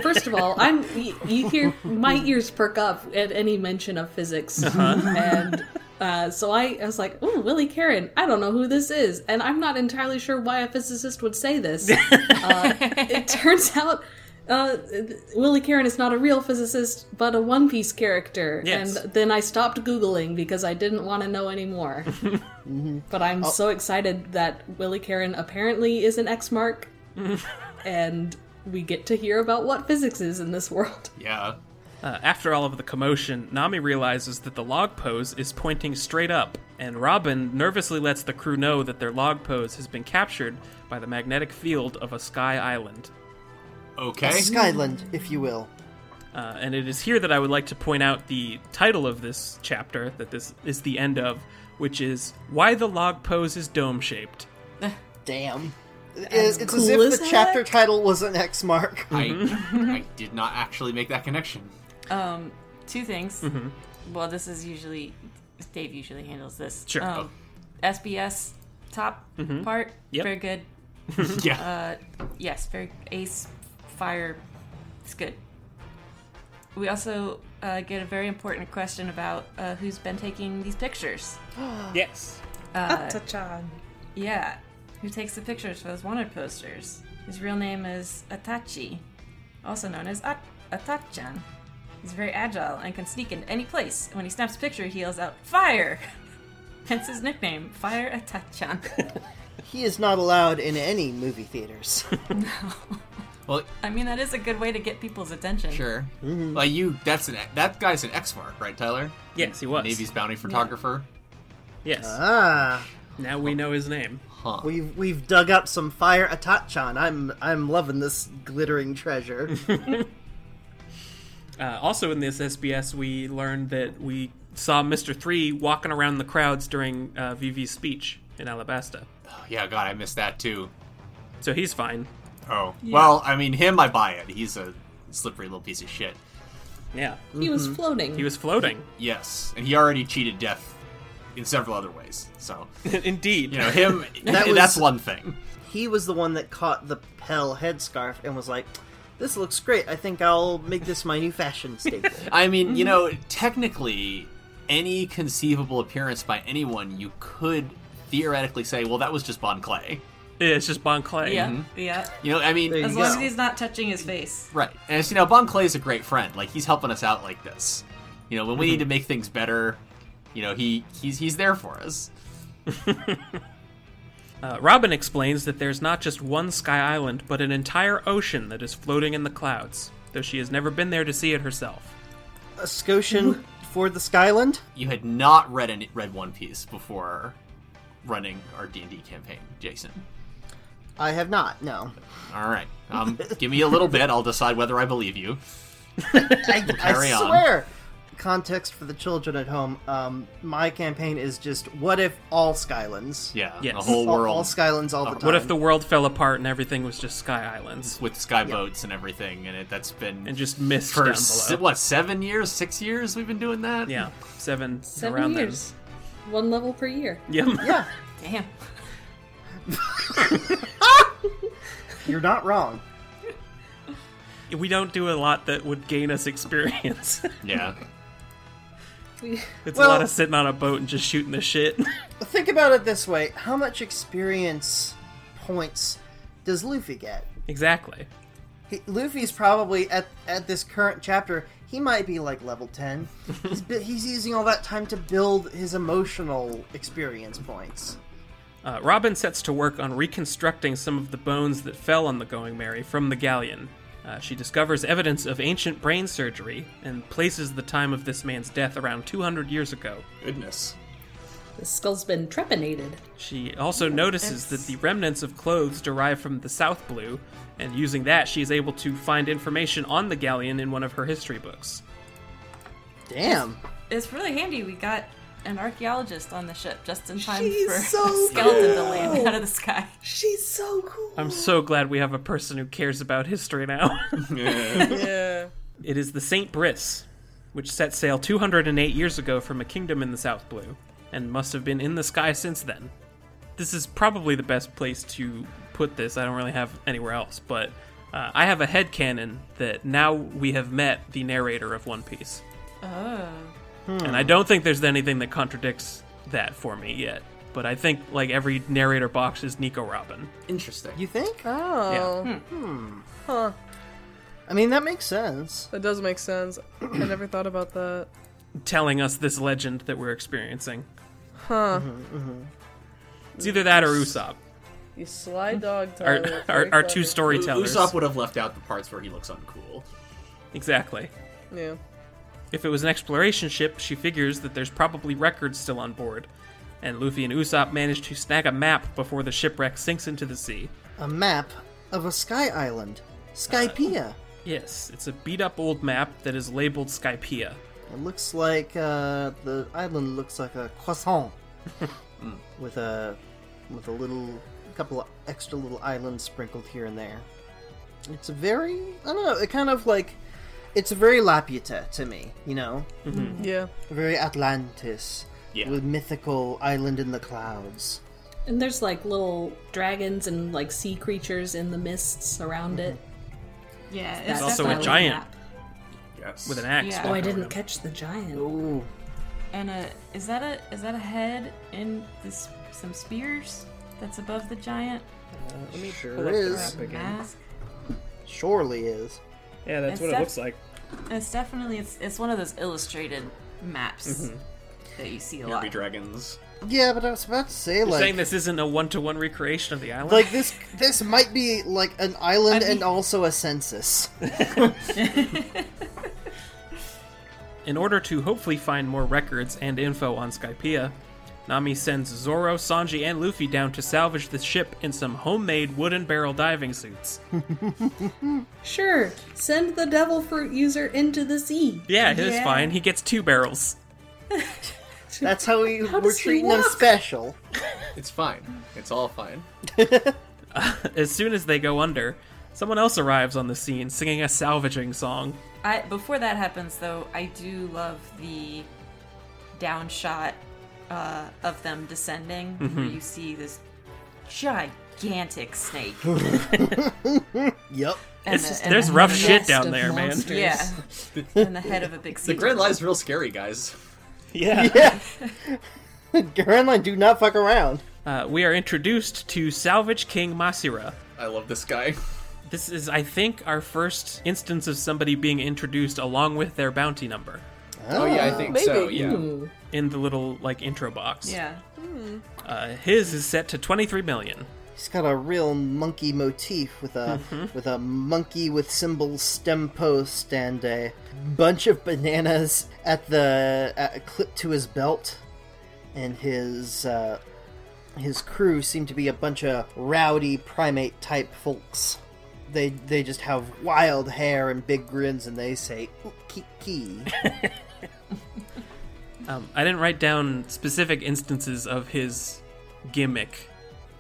G: first of all, I'm you, you hear my ears perk up at any mention of physics, and uh, so I, I was like, "Oh, Willie Karen, I don't know who this is," and I'm not entirely sure why a physicist would say this. uh, it turns out. Uh, Willie Karen is not a real physicist, but a One Piece character.
B: Yes.
G: And then I stopped Googling because I didn't want to know anymore. But I'm so excited that Willie Karen apparently is an X mark and we get to hear about what physics is in this world.
E: yeah.
B: Uh, after all of the commotion, Nami realizes that the log pose is pointing straight up, and Robin nervously lets the crew know that their log pose has been captured by the magnetic field of a sky island.
E: Okay.
F: Skyland, if you will.
B: Uh, and it is here that I would like to point out the title of this chapter that this is the end of, which is Why the Log Pose is Dome Shaped.
F: Damn. It's, it's as
G: cool
F: if
G: as
F: the
G: heck.
F: chapter title was an X mark.
E: I, I did not actually make that connection.
D: Um, two things.
B: Mm-hmm.
D: Well, this is usually Dave usually handles this.
B: Sure. Mm-hmm.
D: Um, SBS top part.
B: Yep.
D: Very good.
E: Yeah.
D: Yes, very ace fire. It's good. We also uh, get a very important question about uh, who's been taking these pictures.
B: Yes.
D: Yeah, who takes the pictures for those wanted posters? His real name is Atachi, also known as At- Atachan. He's very agile and can sneak into any place. When he snaps a picture, he yells out "Fire!" Hence his nickname, Fire Atachan.
F: He is not allowed in any movie theaters.
E: well,
D: I mean, that is a good way to get people's attention.
E: sure. Well, you. That's an. That guy's an X mark, right, Tyler?
B: Yes, he was.
E: Navy's bounty photographer.
B: Yes.
F: ah,
B: Now we know his name.
F: we've we've dug up some fire atachan. I'm I'm loving this glittering treasure.
B: Uh, also in this SBS, we learned that we saw Mr. Three walking around the crowds during uh, VV's speech in Alabasta.
E: Oh, yeah. God, I missed that too.
B: So he's fine.
E: Oh. Well, I mean, him. I buy it. He's a slippery little piece of shit.
B: Yeah.
G: He was floating.
B: Mm-hmm. He was floating.
E: Yes, and he already cheated death in several other ways. So
B: Indeed.
E: you know him.
F: That was-
E: that's one thing.
F: he was the one that caught the Pell headscarf and was like, "This looks great. I think I'll make this my new fashion staple."
E: I mean,
F: Mm-hmm.
E: you know, technically, any conceivable appearance by anyone, you could theoretically say, well, that was just Bon Clay.
B: Yeah, it's just Bon Clay.
D: Yeah, Mm-hmm. yeah.
E: You know, I mean,
F: There
D: As
F: you
D: long as
F: go.
D: he's not touching his face.
E: right. And it's, you know, Bon Clay's a great friend. Like, he's helping us out like this. You know, when
F: Mm-hmm.
E: we need to make things better, you know, he he's he's there for us.
B: Uh, Robin explains that there's not just one Sky Island, but an entire ocean that is floating in the clouds, though she has never been there to see it herself.
F: A Scotian for the Skyland.
E: You had not read any, read One Piece before running our D&D campaign, Jason.
F: I have not. No,
E: All right. Um, give me a little bit. I'll decide whether I believe you.
F: I, I
E: Carry on.
F: swear. Context for the children at home. Um, my campaign is just what if all Skylands?
E: Yeah.
B: Yes.
E: The whole
F: all,
E: world.
F: all Skylands all the time.
B: What if the world fell apart and everything was just Sky Islands?
E: with sky boats and everything and it that's been
B: And just mist
E: for
B: down
E: se-
B: below.
E: what seven years six years we've been doing that
B: Yeah, seven,
G: Seven
B: around
G: years. One level per year.
B: Then. Yep.
F: Yeah,
D: Damn.
F: you're not wrong.
B: We don't do a lot that would gain us experience.
E: yeah
G: We-
B: it's
F: Well-
B: a lot of sitting on a boat and just shooting the shit.
F: Think about it this way: How much experience points does Luffy get?
B: exactly.
F: He, Luffy's probably at at this current chapter. He might be like level 10. he's, bu- he's using all that time to build his emotional experience points.
B: Uh, Robin sets to work on reconstructing some of the bones that fell on the Going Mary from the galleon. Uh, she discovers evidence of ancient brain surgery and places the time of this man's death around 200 years ago.
E: Goodness.
G: The skull's been trepanated.
B: She also notices that the remnants of clothes derive from the South Blue, and using that, she is able to find information on the galleon in one of her history books.
F: Damn.
D: It's really handy. We got an archaeologist on the ship just in time
G: She's
D: for
G: so
D: a skeleton to
G: cool.
D: land out of the sky.
G: She's so cool.
B: I'm so glad we have a person who cares about history now.
C: Yeah.
B: It is the St. Brice, which set sail 208 years ago from a kingdom in the South Blue, and must have been in the sky since then. This is probably the best place to put this. I don't really have anywhere else, but uh, I have a headcanon that now we have met the narrator of One Piece. Oh. And I don't think there's anything that contradicts that for me yet. But I think like every narrator box is Nico Robin.
E: Interesting.
F: You think?
C: Oh.
B: Yeah.
C: Huh.
F: I mean, that makes sense.
C: That does make sense. I never thought about that.
B: Telling us this legend that we're experiencing. It's either that or Usopp.
C: You sly dog,
B: our,
C: Tyler.
B: our,
C: Very
B: our two
C: clever.
B: storytellers.
E: Usopp would have left out the parts where he looks uncool.
B: Exactly.
C: Yeah.
B: If it was an exploration ship, she figures that there's probably records still on board. And Luffy and Usopp manage to snag a map before the shipwreck sinks into the sea.
F: A map of a sky island, Skypea.
B: Yes, it's a beat up old map that is labeled Skypea.
F: It looks like uh, the island looks like a croissant with a with a little couple of extra little islands sprinkled here and there. It's a very I don't know. It kind of like it's very Laputa to me, you know,
C: Yeah.
F: very Atlantis
E: Yeah.
F: with mythical island in the clouds.
G: And there's like little dragons and like sea creatures in the mists around it.
D: Yeah, it's,
G: That's
B: also a
G: definitely
B: giant.
G: map.
E: Yes.
B: With an axe.
D: Yeah.
G: Oh, I
B: walking
G: didn't
B: around.
G: catch the giant.
B: Oh.
F: Ooh,
D: And a is that a is that a head in this some spears that's above the giant
F: sure is.
D: mask?
F: Surely is.
B: Yeah, that's
D: It's what it def- looks
B: like.
D: It's definitely it's it's one of those illustrated maps
G: Mm-hmm.
D: that you see a lot.
E: Three dragons.
F: Yeah, but I was about to say
B: You're
F: like
B: saying this isn't a one to one recreation of the island?
F: like this this might be like an island
D: I mean-
F: and also a census.
B: In order to hopefully find more records and info on Skypea, Nami sends Zoro, Sanji, and Luffy down to salvage the ship in some homemade wooden barrel diving suits.
G: Sure, send the devil fruit user into the sea.
B: Yeah, it's
D: Yeah.
B: fine. He gets two barrels.
F: That's how we we're
G: does he
F: treating them
G: walk?
F: special.
E: It's fine. It's all fine.
B: As soon as they go under, someone else arrives on the scene singing a salvaging song.
D: I, before that happens, though, I do love the down shot uh, of them descending,
B: Mm-hmm.
D: where you see this gigantic snake. and
F: Yep.
B: It's
D: the-
B: just-
D: and
B: there's
D: the
B: rough
D: head of-
B: shit
G: Nest
B: down
G: of
B: there, man.
G: monsters.
D: Yeah, and the head of a big
E: The
D: sea.
E: Grand Line's real scary, guys.
B: Yeah.
F: Yeah. Gurren do not fuck around.
B: Uh, we are introduced to Salvage King Masira.
E: I love this guy.
B: This is, I think, our first instance of somebody being introduced along with their bounty number
E: Oh, yeah, I think so.
C: maybe.
E: Yeah.
G: Ooh.
B: in the little like intro box.
D: Ah, Hmm. Yeah,
B: Uh, his is set to 23 million.
F: He's got a real monkey motif with a with a monkey with symbols, stem post, and a bunch of bananas at the at, clipped to his belt. And his uh, his crew seem to be a bunch of rowdy primate type folks. They they just have wild hair and big grins, and they say "Ookie key."
B: Um, I didn't write down specific instances of his gimmick,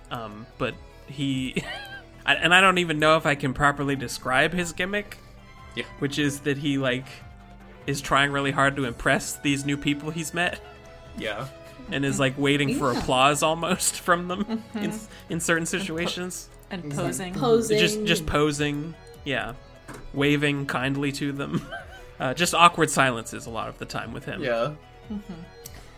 B: um, but he. I- and I don't even know if I can properly describe his gimmick.
E: Yeah.
B: Which is that he, like, is trying really hard to impress these new people he's met
E: Yeah.
B: and is, like, waiting for applause almost from them in, in certain situations.
D: and posing.
G: Posing.
B: Just, just posing. Yeah. Waving kindly to them. Uh, just awkward silences a lot of the time with him.
E: Yeah.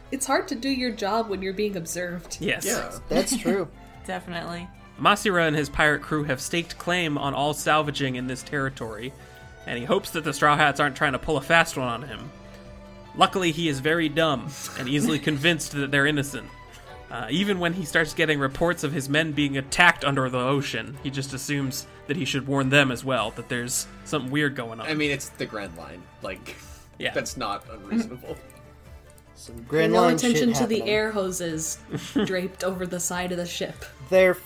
G: It's hard to do your job when you're being observed.
B: Yes.
E: Yeah.
F: That's true.
D: Definitely.
B: Masira and his pirate crew have staked claim on all salvaging in this territory, and he hopes that the Straw Hats aren't trying to pull a fast one on him. Luckily, he is very dumb and easily convinced that they're innocent. Uh, even when he starts getting reports of his men being attacked under the ocean, he just assumes that he should warn them as well that there's something weird going on.
E: I mean, it's the Grand Line. Like,
B: Yeah.
E: that's not unreasonable.
F: Some grand
G: no
F: line
G: attention
F: shit
G: to the
F: happening.
G: air hoses draped over the side of the ship.
F: They're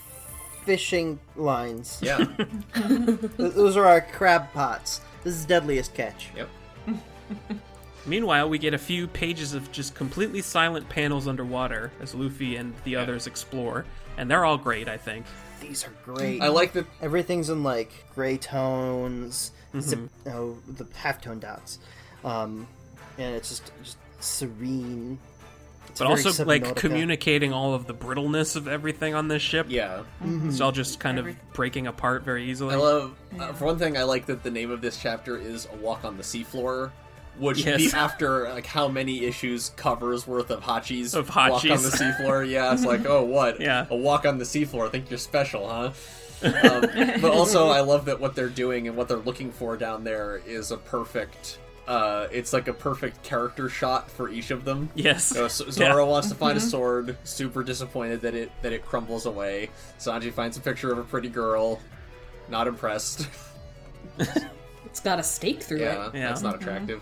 F: fishing lines.
E: yeah.
F: Th- Those are our crab pots. This is deadliest catch.
E: Yep.
B: Meanwhile, we get a few pages of just completely silent panels underwater as Luffy and the others explore, and they're all great, I think.
F: These are great.
E: I like that.
F: Everything's in like gray tones,
E: Mm-hmm.
F: zip, oh, the half tone dots, um, and it's just just serene. It's
B: But
F: very
B: also, like,
F: Subnautica.
B: communicating all of the brittleness of everything on this ship.
E: Yeah.
F: Mm-hmm.
B: It's all just kind of breaking apart very easily.
E: I love. Uh, for one thing, I like that the name of this chapter is "A Walk on the Seafloor," which
B: Yes.
E: be after like how many issues covers worth of Hachi's
B: Of
E: walk on
B: Hachi's.
E: the seafloor. Yeah, it's like, oh, what?
B: Yeah.
E: a walk on the seafloor. Think you're special, huh? um, but also, I love that what they're doing and what they're looking for down there is a perfect. Uh, it's like a perfect character shot for each of them.
B: Yes.
E: So Z- Zoro wants to find a sword. Super disappointed that it that it crumbles away. Sanji finds a picture of a pretty girl. Not impressed.
G: It's got a stake through
E: yeah,
G: it.
B: Yeah. Mm-hmm.
E: that's not attractive.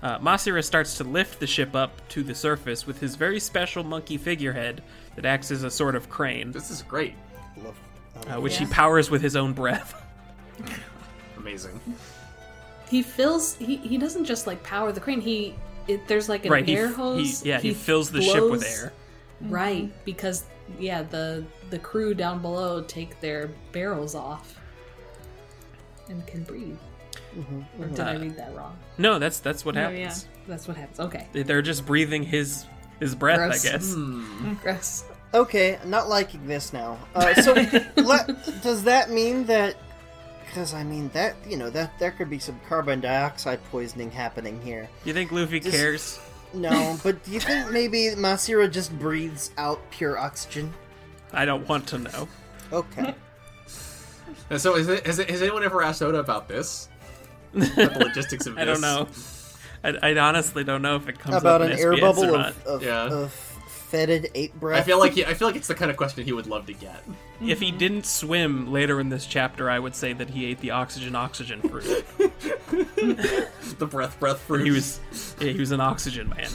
B: Uh, Masira starts to lift the ship up to the surface with his very special monkey figurehead that acts as a sort of crane,
E: This is great.
F: Love-
B: uh, which he powers with his own breath.
E: Amazing.
G: He fills. He, he doesn't just like power the crane. He it, there's like an
B: right. He,
G: air
B: f-
G: hose.
B: he- yeah, he, fills the ship with
G: blows-
B: air.
G: Right, because yeah, the the crew down below take their barrels off and can breathe. Or did I read that wrong?
B: No, that's that's what
D: Oh,
B: happens.
D: yeah.
G: That's what happens. Okay,
B: They- They're just breathing his his breath,
G: Gross.
B: I guess.
F: Mm.
G: gross.
F: Okay, not liking this now. Uh, so, let, does that mean that? Because I mean that you know that there could be some carbon dioxide poisoning happening here.
B: You think Luffy cares?
F: No, but do you think maybe Masira just breathes out pure oxygen?
B: I don't want to know.
F: Okay.
E: And so, is it, has, it, has anyone ever asked Oda about this? About the logistics of this?
B: I don't know. I, I honestly don't know if it comes
F: about
B: up
F: an
B: in
F: air
B: SBS or
F: bubble
B: not.
F: of, of,
E: Yeah.
F: of fetid ape breath.
E: I feel like he, I feel like it's the kind of question he would love to get.
B: If he didn't swim later in this chapter, I would say that he ate the oxygen oxygen fruit.
E: The breath, breath fruit.
B: he was yeah, he was an oxygen man.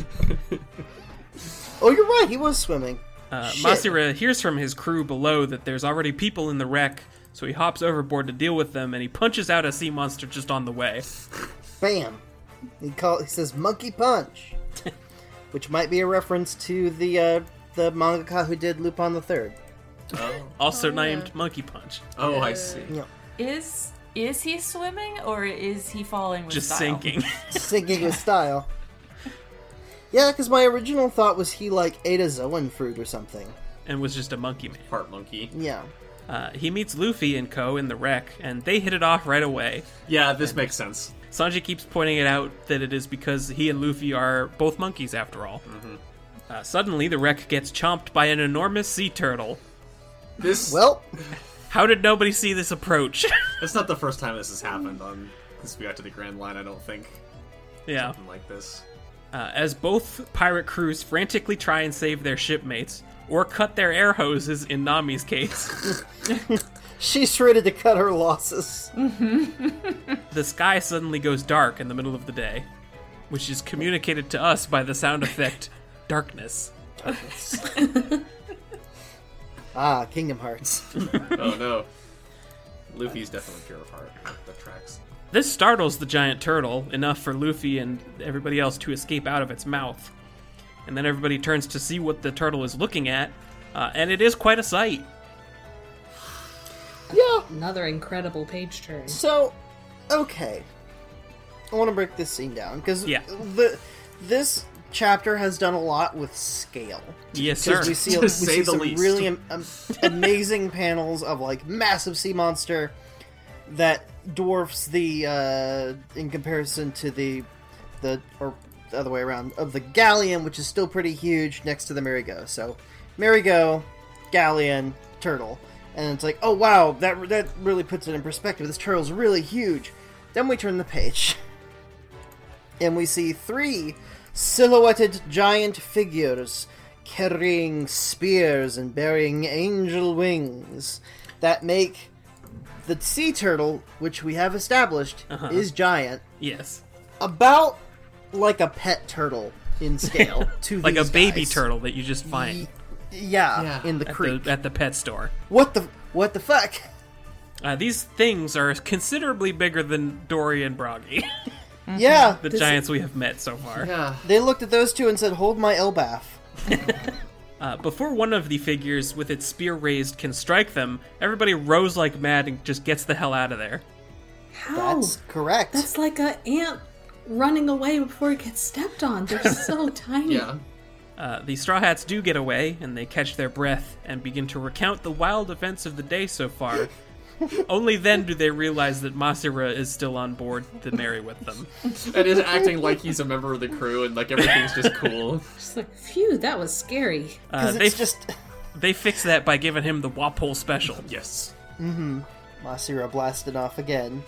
F: Oh, you're right. He was swimming.
B: Uh,
F: Shit.
B: Masira hears from his crew below that there's already people in the wreck, so he hops overboard to deal with them, and he punches out a sea monster just on the way.
F: Bam. He call. He says monkey punch, which might be a reference to the uh, the mangaka who did Lupin the Third.
E: Oh,
B: Also named Monkey Punch.
E: oh, I see.
F: Yeah.
D: Is is he swimming or is he falling with
B: Just
D: style?
B: sinking.
F: singing with style. Yeah, because my original thought was he like ate a Zoan fruit or something.
B: and was just a monkey man.
E: Part monkey.
F: Yeah.
B: Uh, he meets Luffy and Co. in the wreck, and they hit it off right away.
E: Yeah, this makes sense.
B: Sanji keeps pointing it out that it is because he and Luffy are both monkeys after all. Uh, suddenly, the wreck gets chomped by an enormous sea turtle.
E: This
F: Well,
B: How did nobody see this approach?
E: It's not the first time this has happened on since we got to the Grand Line. I don't think
B: yeah.
E: something like this.
B: Uh, as both pirate crews frantically try and save their shipmates, or cut their air hoses in Nami's case,
F: she's ready to cut her losses.
B: the sky suddenly goes dark in the middle of the day, which is communicated to us by the sound effect darkness.
F: Ah, Kingdom Hearts.
E: Oh no, Luffy's definitely pure of heart. That tracks.
B: This startles the giant turtle enough for Luffy and everybody else to escape out of its mouth. And then everybody turns to see what the turtle is looking at, uh, and it is quite a sight.
F: Yeah.
G: Another incredible page turn.
F: So, okay. I want to break this scene down because
B: Yeah.
F: the this chapter has done a lot with scale.
B: Yes, sir.
F: Because we see,
E: To
F: we
E: say
F: see
E: the
F: some
E: least.
F: really am- am- amazing panels of like massive sea monster that dwarfs the uh, in comparison to the the or the other way around of the galleon, which is still pretty huge next to the merry-go. So merry-go, galleon, turtle, and it's like, oh wow, that that really puts it in perspective. This turtle's really huge. Then we turn the page, and we see three silhouetted giant figures carrying spears and bearing angel wings that make the sea turtle, which we have established
B: Uh-huh.
F: is giant,
B: Yes.
F: about like a pet turtle in scale to
B: Like a
F: these
B: baby
F: guys.
B: turtle that you just find
F: Yeah,
E: Yeah.
F: in the
B: at
F: creek.
B: the, at the pet store.
F: What the what the fuck?
B: Uh, these things are considerably bigger than Dory and Broggy,
F: Yeah,
B: the giants we have met so far.
E: Yeah.
F: they looked at those two and said, "Hold my Elbaf."
B: Uh, before one of the figures with its spear raised can strike them, everybody rows like mad and just gets the hell out of there.
G: How?
F: That's correct.
G: Oh. That's like a ant running away before it gets stepped on. They're so tiny.
E: Yeah.
B: Uh, the Straw Hats do get away, and they catch their breath and begin to recount the wild events of the day so far. Only then do they realize that Masira is still on board the Merry with them.
E: And is acting like he's a member of the crew and like everything's just cool.
G: It's like, phew, that was scary.
B: Uh,
F: Because
B: they,
F: it's just
B: they fix that by giving him the Wapole special.
E: Yes.
F: Masira blasted off again.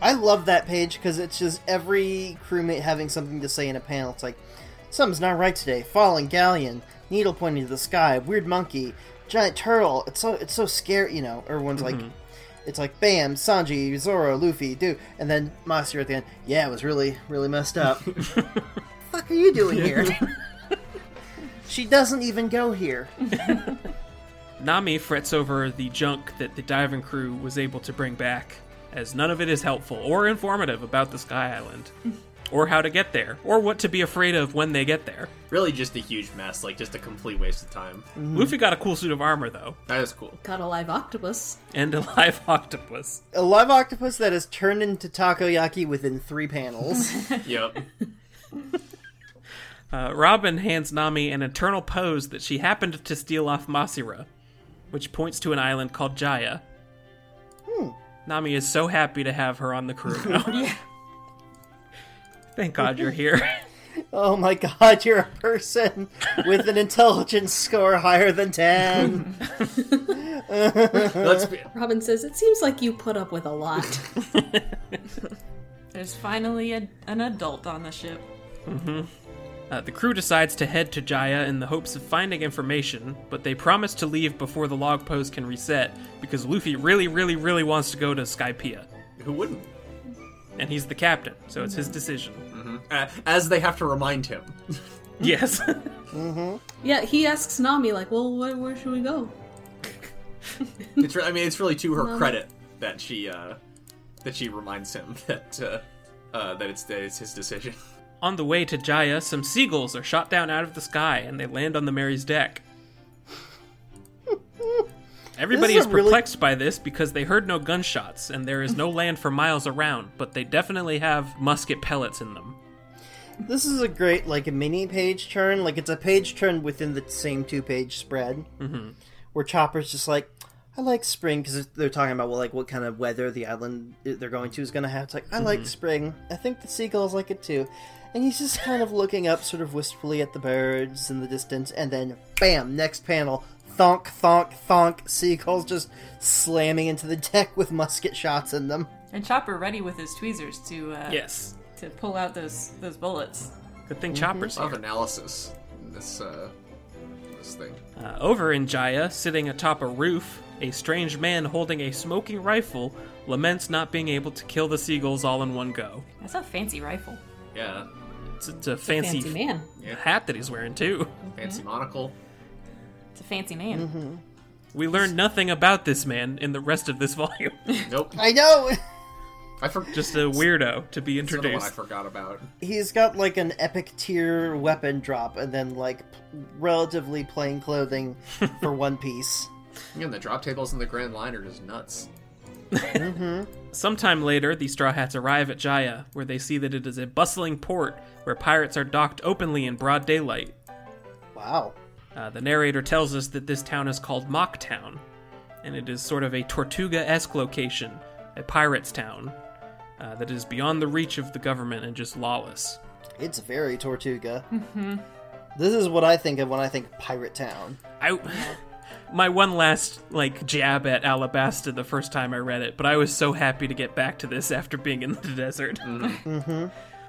F: I love that page because it's just every crewmate having something to say in a panel. It's like, something's not right today. Falling galleon, needle pointing to the sky, weird monkey, giant turtle. It's so it's so scary, you know. Everyone's like, it's like, bam, Sanji, Zoro, Luffy, dude, and then Masira at the end. Yeah, it was really really messed up. Fuck are you doing here? she doesn't even go here.
B: Nami frets over the junk that the diving crew was able to bring back, as none of it is helpful or informative about the Sky Island, or how to get there, or what to be afraid of when they get there.
E: Really just a huge mess, like just a complete waste of time.
B: Luffy got a cool suit of armor, though,
E: That is cool.
G: Got a live octopus.
B: and a live octopus.
F: A live octopus that has turned into takoyaki within three panels.
E: Yep.
B: Uh, Robin hands Nami an eternal pose that she happened to steal off Masira, which points to an island called Jaya. Nami is so happy to have her on the crew now. Thank God you're here.
F: Oh my god, you're a person with an intelligence score higher than 10.
E: Let's be
G: Robin says, it seems like you put up with a lot.
D: There's finally a, an adult on the ship.
B: Uh, the crew decides to head to Jaya in the hopes of finding information, but they promise to leave before the log post can reset because Luffy really, really, really wants to go to Skypea,
E: who wouldn't?
B: and he's the captain, so it's his decision.
E: Uh, as they have to remind him.
B: Yes.
G: yeah, he asks Nami, like, well, wh- where should we go?
E: It's re- I mean, it's really to her credit that she uh, that she reminds him that uh, uh, that it's that it's his decision.
B: On the way to Jaya, some seagulls are shot down out of the sky and they land on the Mary's deck. Everybody
F: This
B: is
F: is a really-
B: perplexed by this because they heard no gunshots and there is no land for miles around, but they definitely have musket pellets in them.
F: This is a great, like, a mini page turn. Like, it's a page turn within the same two page spread. Mm-hmm. Where Chopper's just like, I like spring because they're talking about, well, like, what kind of weather the island uh, they're going to is going to have. It's like, I like spring. I think the seagulls like it too. And he's just kind of looking up, sort of wistfully, at the birds in the distance. And then, bam, next panel. Thonk, thonk, thonk. Seagulls just slamming into the deck with musket shots in them.
D: And Chopper ready with his tweezers to uh,
B: Yes.
D: to pull out those those bullets.
B: Good thing Chopper's
E: A lot
B: here.
E: of analysis in this uh, this thing.
B: Uh, over in Jaya, sitting atop a roof, a strange man holding a smoking rifle laments not being able to kill the seagulls all in one go.
D: That's a fancy rifle.
E: Yeah,
B: It's, it's a fancy,
G: Fancy man.
B: hat that he's wearing, too.
E: fancy monocle.
D: It's a fancy man.
B: We learn nothing about this man in the rest of this volume.
E: Nope.
F: I know!
E: I for- just
B: Just a weirdo to be
E: another one I
B: introduced.
E: forgot about.
F: he's got like an epic tier weapon drop and then like p- relatively plain clothing for one piece
E: Again, the drop tables in the Grand Line are just nuts.
B: Sometime later, the Straw Hats arrive at Jaya, where they see that it is a bustling port where pirates are docked openly in broad daylight.
F: wow
B: Uh, the narrator tells us that this town is called Mock Town, and it is sort of a Tortuga esque location, a pirate's town, uh, that is beyond the reach of the government and just lawless.
F: it's very tortuga this is what i think of when i think pirate town
B: I, my one last like jab at Alabasta the first time I read it, but I was so happy to get back to this after being in the desert.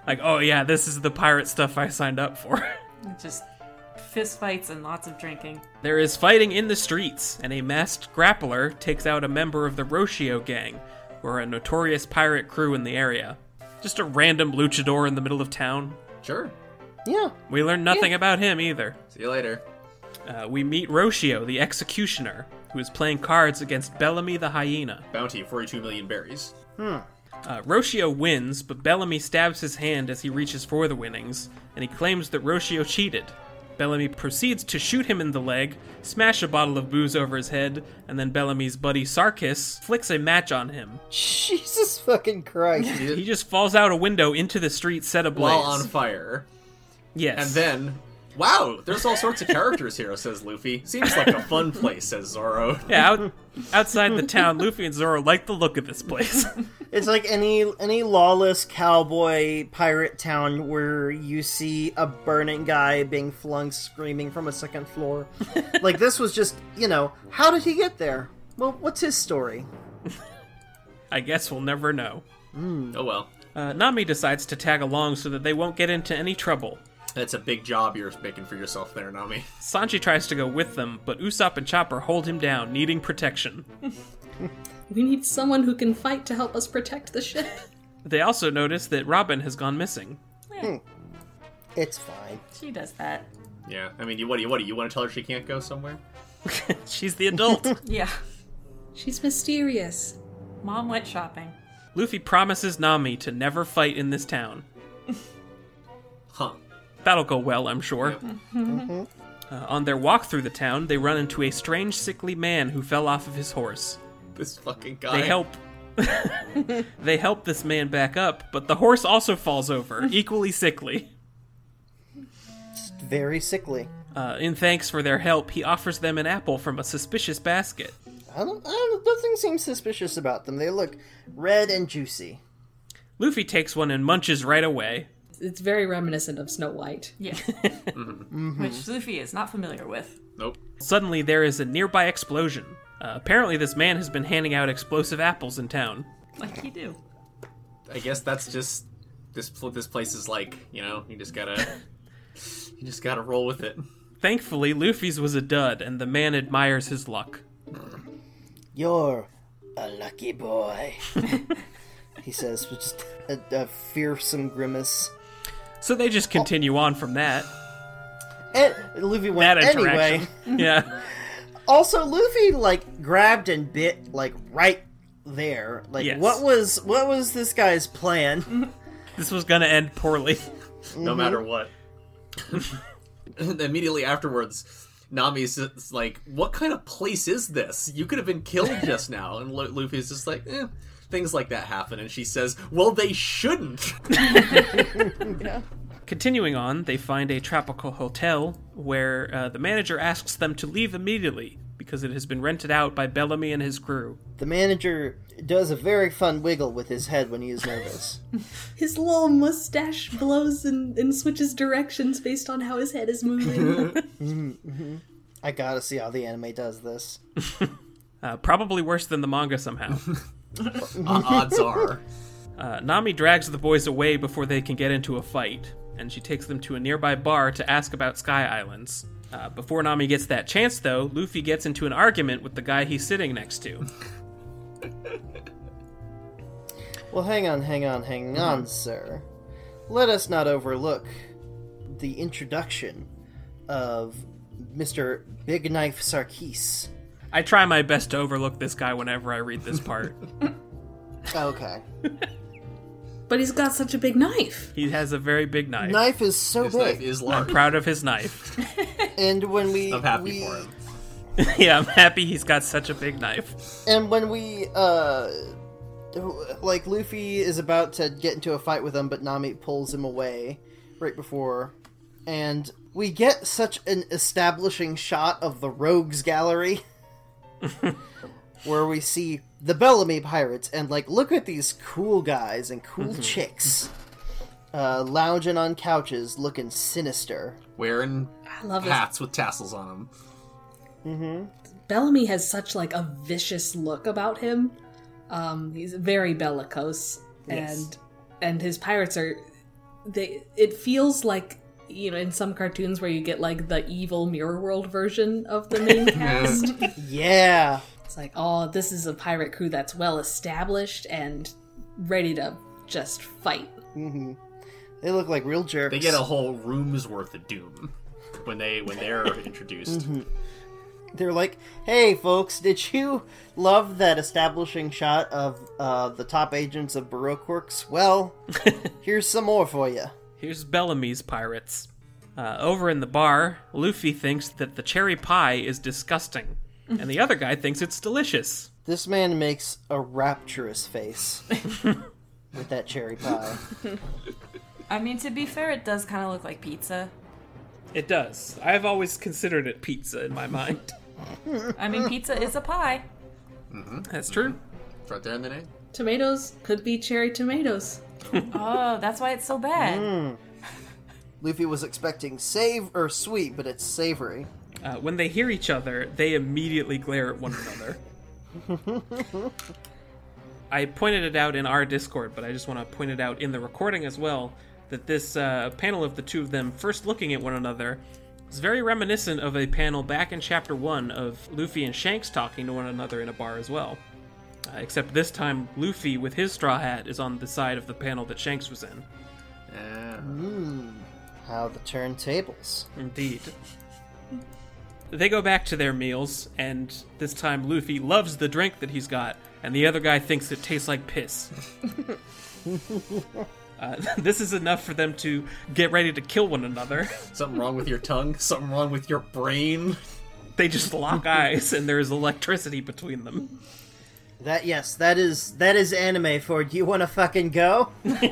B: like, oh yeah, this is the pirate stuff I signed up for.
D: Just fist fights and lots of drinking.
B: There is fighting in the streets, and a masked grappler takes out a member of the Roshio gang, who are a notorious pirate crew in the area. Just a random luchador in the middle of town.
E: Sure.
F: Yeah.
B: We learn nothing about him either.
E: See you later.
B: Uh, we meet Roshio, the executioner, who is playing cards against Bellamy the hyena.
E: Bounty, 42 million berries.
B: Uh, Roshio wins, but Bellamy stabs his hand as he reaches for the winnings, and he claims that Roshio cheated. Bellamy proceeds to shoot him in the leg, smash a bottle of booze over his head, and then Bellamy's buddy Sarkis flicks a match on him.
F: Jesus fucking Christ.
B: He just falls out a window into the street set ablaze.
E: While on fire.
B: yes.
E: And then, wow, there's all sorts of characters here, says Luffy. Seems like a fun place, says Zoro.
B: yeah, out, outside the town, Luffy and Zoro like the look of this place.
F: It's like any any lawless cowboy pirate town where you see a burning guy being flung screaming from a second floor. like this was just, you know, how did he get there? Well, what's his story?
B: I guess we'll never know.
E: Oh well.
B: Uh, Nami decides to tag along so that they won't get into any trouble.
E: That's a big job you're making for yourself there, Nami.
B: Sanji tries to go with them, but Usopp and Chopper hold him down, needing protection.
G: We need someone who can fight to help us protect the ship.
B: They also notice that Robin has gone missing.
F: It's fine.
D: She does that.
E: Yeah, I mean, you, what do you what do you want to tell her she can't go somewhere?
B: She's the adult.
D: Yeah.
G: She's mysterious.
D: Mom went shopping.
B: Luffy promises Nami to never fight in this town.
E: Huh?
B: That'll go well, I'm sure. Uh, on their walk through the town, they run into a strange, sickly man who fell off of his horse.
E: This fucking guy.
B: They help. they help this man back up, but the horse also falls over, equally sickly.
F: Just very sickly.
B: Uh, in thanks for their help, he offers them an apple from a suspicious basket.
F: I don't, I don't nothing seems suspicious about them. They look red and juicy.
B: Luffy takes one and munches right away.
G: It's very reminiscent of Snow White.
D: Yeah. Mm-hmm. Which Luffy is not familiar with.
E: Nope.
B: Suddenly, there is a nearby explosion. Uh, apparently, this man has been handing out explosive apples in town.
D: Like you do.
E: I guess that's just this. pl- This place is like you know. You just gotta. you just gotta roll with it.
B: Thankfully, Luffy's was a dud, and the man admires his luck.
F: You're a lucky boy. he says with just a, a fearsome grimace.
B: So they just continue on from that.
F: And Luffy went
B: That
F: anyway.
B: interaction. Yeah.
F: Also, Luffy like grabbed and bit like right there. Like
B: Yes. Mm-hmm.
F: what was what was this guy's plan?
B: This was gonna end poorly.
E: no matter what. And Immediately afterwards, Nami's just like, "What kind of place is this? You could have been killed just now." And Lu- Luffy's just like, eh. "Things like that happen." And she says, "Well, they shouldn't."
B: Continuing on, they find a tropical hotel where uh, the manager asks them to leave immediately because it has been rented out by Bellamy and his crew.
F: the manager does a very fun wiggle with his head when he is nervous.
G: His little mustache blows and, and switches directions based on how his head is moving.
F: I gotta see how the anime does this.
B: Uh, probably worse than the manga somehow.
E: Uh, odds are,
B: Uh, Nami drags the boys away before they can get into a fight, and she takes them to a nearby bar to ask about Sky Islands. Uh, before Nami gets that chance, though, Luffy gets into an argument with the guy he's sitting next to.
F: Well, hang on, hang on,
E: Mm-hmm.
F: hang on, sir. Let us not overlook the introduction of Mr. Big Knife Sarkis.
B: I try my best to overlook this guy whenever I read this part.
F: Okay.
G: but he's got such a big knife.
B: he has a very big knife.
F: Knife is so
E: his
F: big.
E: life is large.
B: Proud of his knife.
F: and when we
E: I'm happy
F: we-
E: for him.
B: yeah, I'm happy he's got such a big knife.
F: And when we, uh, like Luffy is about to get into a fight with him, but Nami pulls him away right before, and we get such an establishing shot of the Rogues Gallery, where we see the Bellamy Pirates, and like, look at these cool guys and cool
E: Mm-hmm.
F: chicks, uh, lounging on couches, looking sinister.
E: Wearing
G: I love his
E: hats with tassels on them.
G: Bellamy has such like a vicious look about him. Um, he's very bellicose,
F: Yes.
G: and and his pirates are they. It feels like you know in some cartoons where you get like the evil mirror world version of the main cast.
F: Yeah.
G: It's like, oh, this is a pirate crew that's well established and ready to just fight.
F: They look like real jerks.
E: They get a whole room's worth of doom when they when they're introduced.
F: They're like, hey, folks, did you love that establishing shot of uh, the top agents of Baroque Works? Well, here's some more for you.
B: Here's Bellamy's pirates. Uh, over in the bar, Luffy thinks that the cherry pie is disgusting, and the other guy thinks it's delicious.
F: This man makes a rapturous face with that cherry pie.
D: I mean, to be fair, it does kind of look like pizza.
B: It does. I've always considered it pizza in my mind.
D: I mean, pizza is a pie.
B: That's true.
E: It's right there in the name.
G: Tomatoes could be cherry tomatoes.
D: Oh, that's why it's so bad.
F: Luffy was expecting save or sweet, but it's savory.
B: Uh, when they hear each other, they immediately glare at one another. I pointed it out in our Discord, but I just want to point it out in the recording as well that this uh, panel of the two of them first looking at one another is very reminiscent of a panel back in Chapter 1 of Luffy and Shanks talking to one another in a bar as well. Uh, except this time, Luffy with his straw hat is on the side of the panel that Shanks was in.
E: Yeah.
F: How the turntables.
B: Indeed. They go back to their meals, and this time Luffy loves the drink that he's got, and the other guy thinks it tastes like piss. uh, this is enough for them to get ready to kill one another.
E: Something wrong with your tongue? Something wrong with your brain?
B: They just lock eyes, and there is electricity between them.
F: That yes, that is that is anime for you want to fucking go?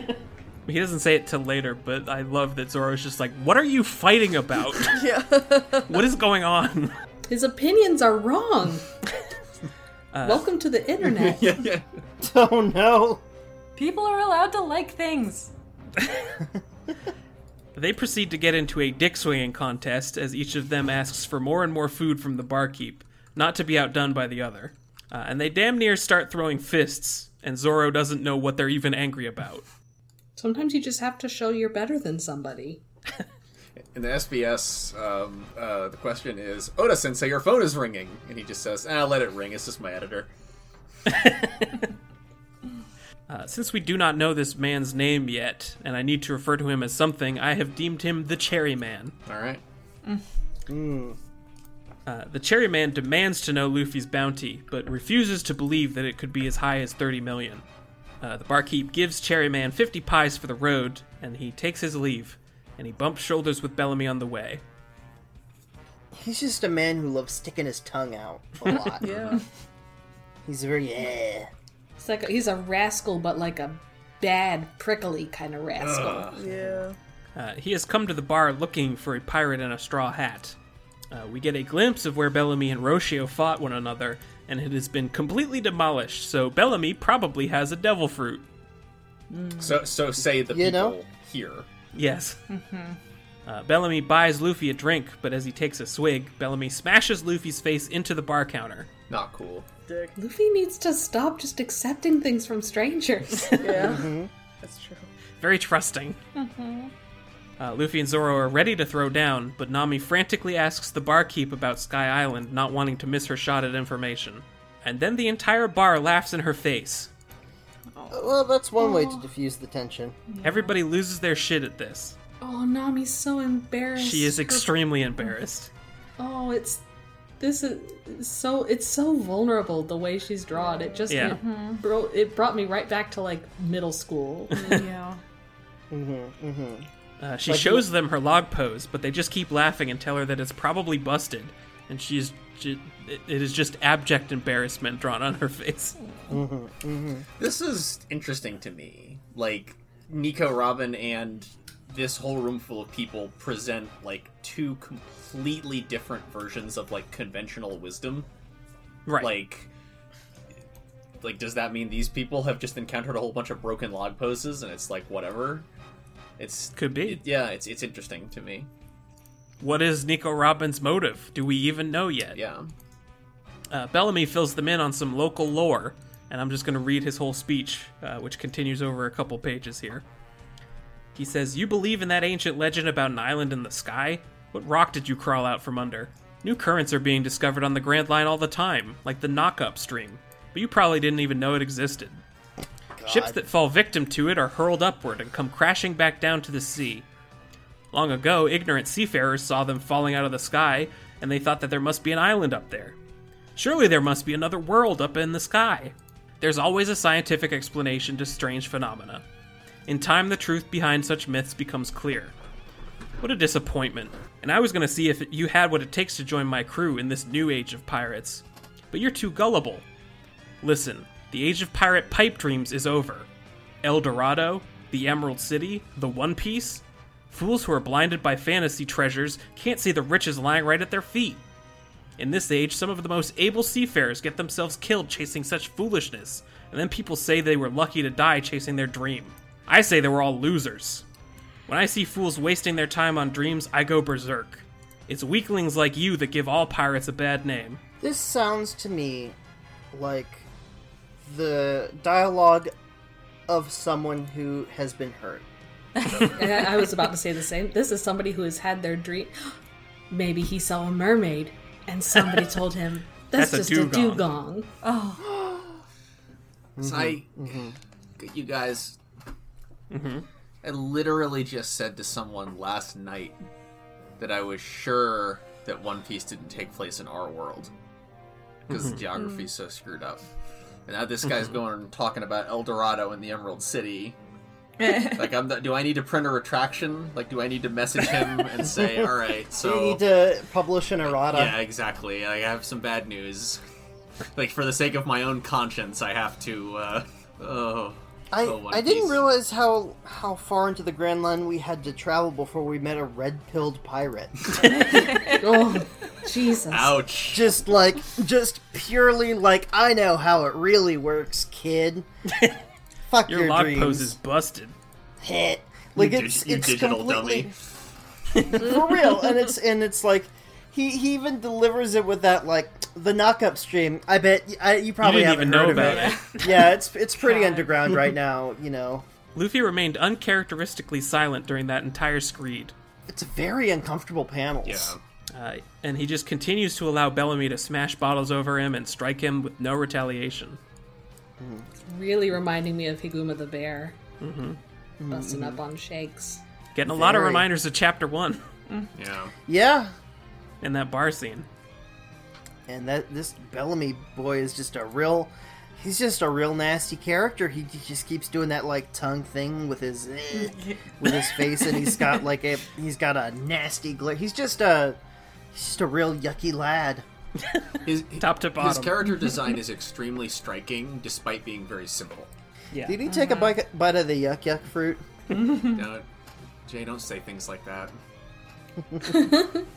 B: He doesn't say it till later, but I love that Zoro's just like, What are you fighting about?
C: Yeah.
B: what is going on?
G: His opinions are wrong. Welcome to the internet.
E: Yeah, yeah.
F: Oh no.
D: People are allowed to like things.
B: They proceed to get into a dick swinging contest as each of them asks for more and more food from the barkeep, not to be outdone by the other. Uh, and they damn near start throwing fists, and Zoro doesn't know what they're even angry about.
G: Sometimes you just have to show you're better than somebody.
E: In the SBS, um, uh, the question is, Oda Sensei, your phone is ringing, and he just says, "Ah, let it ring. It's just my editor."
B: Uh, since we do not know this man's name yet, and I need to refer to him as something, I have deemed him the Cherry Man.
E: All right.
B: Uh, the Cherry Man demands to know Luffy's bounty, but refuses to believe that it could be as high as 30 million. Uh, the barkeep gives Cherry Man 50 pies for the road, and he takes his leave, and he bumps shoulders with Bellamy on the way.
F: He's just a man who loves sticking his tongue out a lot.
G: Yeah.
F: He's very eh. yeah.
G: It's like he's a rascal, but like a bad, prickly kind of rascal.
C: Yeah.
B: Uh, he has come to the bar looking for a pirate in a straw hat. Uh, we get a glimpse of where Bellamy and Rocio fought one another, and it has been completely demolished, so Bellamy probably has a devil fruit.
E: So, so say the
F: You
E: people
F: know?
E: here.
B: Yes. Uh, Bellamy buys Luffy a drink, but as he takes a swig, Bellamy smashes Luffy's face into the bar counter.
E: Not cool.
C: Dick.
G: Luffy needs to stop just accepting things from strangers.
C: Yeah. That's true.
B: Very trusting. Uh, Luffy and Zoro are ready to throw down, but Nami frantically asks the barkeep about Sky Island, not wanting to miss her shot at information. And then the entire bar laughs in her face.
F: Well, that's one way to diffuse the tension.
B: Everybody loses their shit at this.
G: oh, Nami's so embarrassed.
B: She is
G: Her-
B: extremely embarrassed.
G: Oh, it's this is so it's so vulnerable the way she's drawn. It just
B: Yeah.
G: it, bro, it brought me right back to like middle school.
D: yeah.
B: Uh, she shows them her log pose, but they just keep laughing and tell her that it's probably busted, and she's ju- it it is just abject embarrassment drawn on her face.
E: This is interesting to me. Like Nico, Robin, and this whole room full of people present like two completely different versions of like conventional wisdom.
B: Right.
E: Like, like does that mean these people have just encountered a whole bunch of broken log poses and it's like whatever? It's
B: Could be.
E: it- yeah, it's it's interesting to me.
B: what is Nico Robin's motive? Do we even know yet?
E: Yeah.
B: Uh, Bellamy fills them in on some local lore, and I'm just going to read his whole speech, uh, which continues over a couple pages here. He says, You believe in that ancient legend about an island in the sky? What rock did you crawl out from under? New currents are being discovered on the Grand Line all the time, like the Knockup Stream, but you probably didn't even know it existed. Ships that fall victim to it are hurled upward and come crashing back down to the sea. Long ago, ignorant seafarers saw them falling out of the sky, and they thought that there must be an island up there. Surely there must be another world up in the sky. There's always a scientific explanation to strange phenomena. In time, the truth behind such myths becomes clear. What a disappointment. And I was going to see if you had what it takes to join my crew in this new age of pirates. But you're too gullible. Listen, the age of pirate pipe dreams is over. El Dorado, the Emerald City, the One Piece. Fools who are blinded by fantasy treasures can't see the riches lying right at their feet. In this age, some of the most able seafarers get themselves killed chasing such foolishness, and then people say they were lucky to die chasing their dream. I say they were all losers. When I see fools wasting their time on dreams, I go berserk. It's weaklings like you that give all pirates a bad name.
F: This sounds to me like the dialogue of someone who has been hurt.
G: And I I was about to say the same. This is somebody who has had their dream. Maybe he saw a mermaid, and somebody told him that's,
B: That's a
G: just a
B: dugong."
G: dugong.
F: Mm-hmm.
E: So I, you guys, I literally just said to someone last night that I was sure that One Piece didn't take place in our world because the geography's so screwed up. And now this guy's going and talking about El Dorado and the Emerald City. like, I'm. Not, do I need to print a retraction? Like, do I need to message him and say, "All right, so
F: You need to publish an errata.
E: Oh. yeah, exactly. I have some bad news. like for the sake of my own conscience, I have to. Uh, oh,
F: I,
E: oh, One
F: I didn't
E: Piece.
F: realize how how far into the Grand Line we had to travel before we met a red pilled pirate.
G: Oh, Jesus.
E: Ouch!
F: just like, just purely like, I know how it really works, kid. Fuck your,
B: Your, log
F: dreams.
B: pose is busted.
F: Hit. Like
E: You dig-
F: it's
E: you
F: it's
E: digital
F: completely
E: dummy.
F: for real, and it's and it's like he, he even delivers it with that like the knockup stream. I bet y I you
B: You
F: probably
B: didn't
F: haven't
B: even know
F: heard of
B: about it.
F: it. Yeah, it's it's pretty underground right now. You know,
B: Luffy remained uncharacteristically silent during that entire screed.
F: it's very uncomfortable panels.
E: Yeah,
B: Uh, and he just continues to allow Bellamy to smash bottles over him and strike him with no retaliation.
G: Really reminding me of Higuma the bear. Mm-hmm. Busting up on shakes.
B: Getting a lot of
F: Very.
B: reminders of Chapter 1
E: yeah.
F: yeah.
B: in that bar scene.
F: And that this Bellamy boy is just a real. He's just a real nasty character. He j- just keeps doing that like tongue thing with his eh, with his face, and he's got like a he's got a nasty glare. He's just a he's just a real yucky lad.
E: His,
B: Top to
E: his
B: bottom.
E: character design is extremely striking, despite being very simple.
F: Did he take a bite, bite of the yuck yuck fruit?
B: Hmm.
E: Don't- Jay, don't say things like that.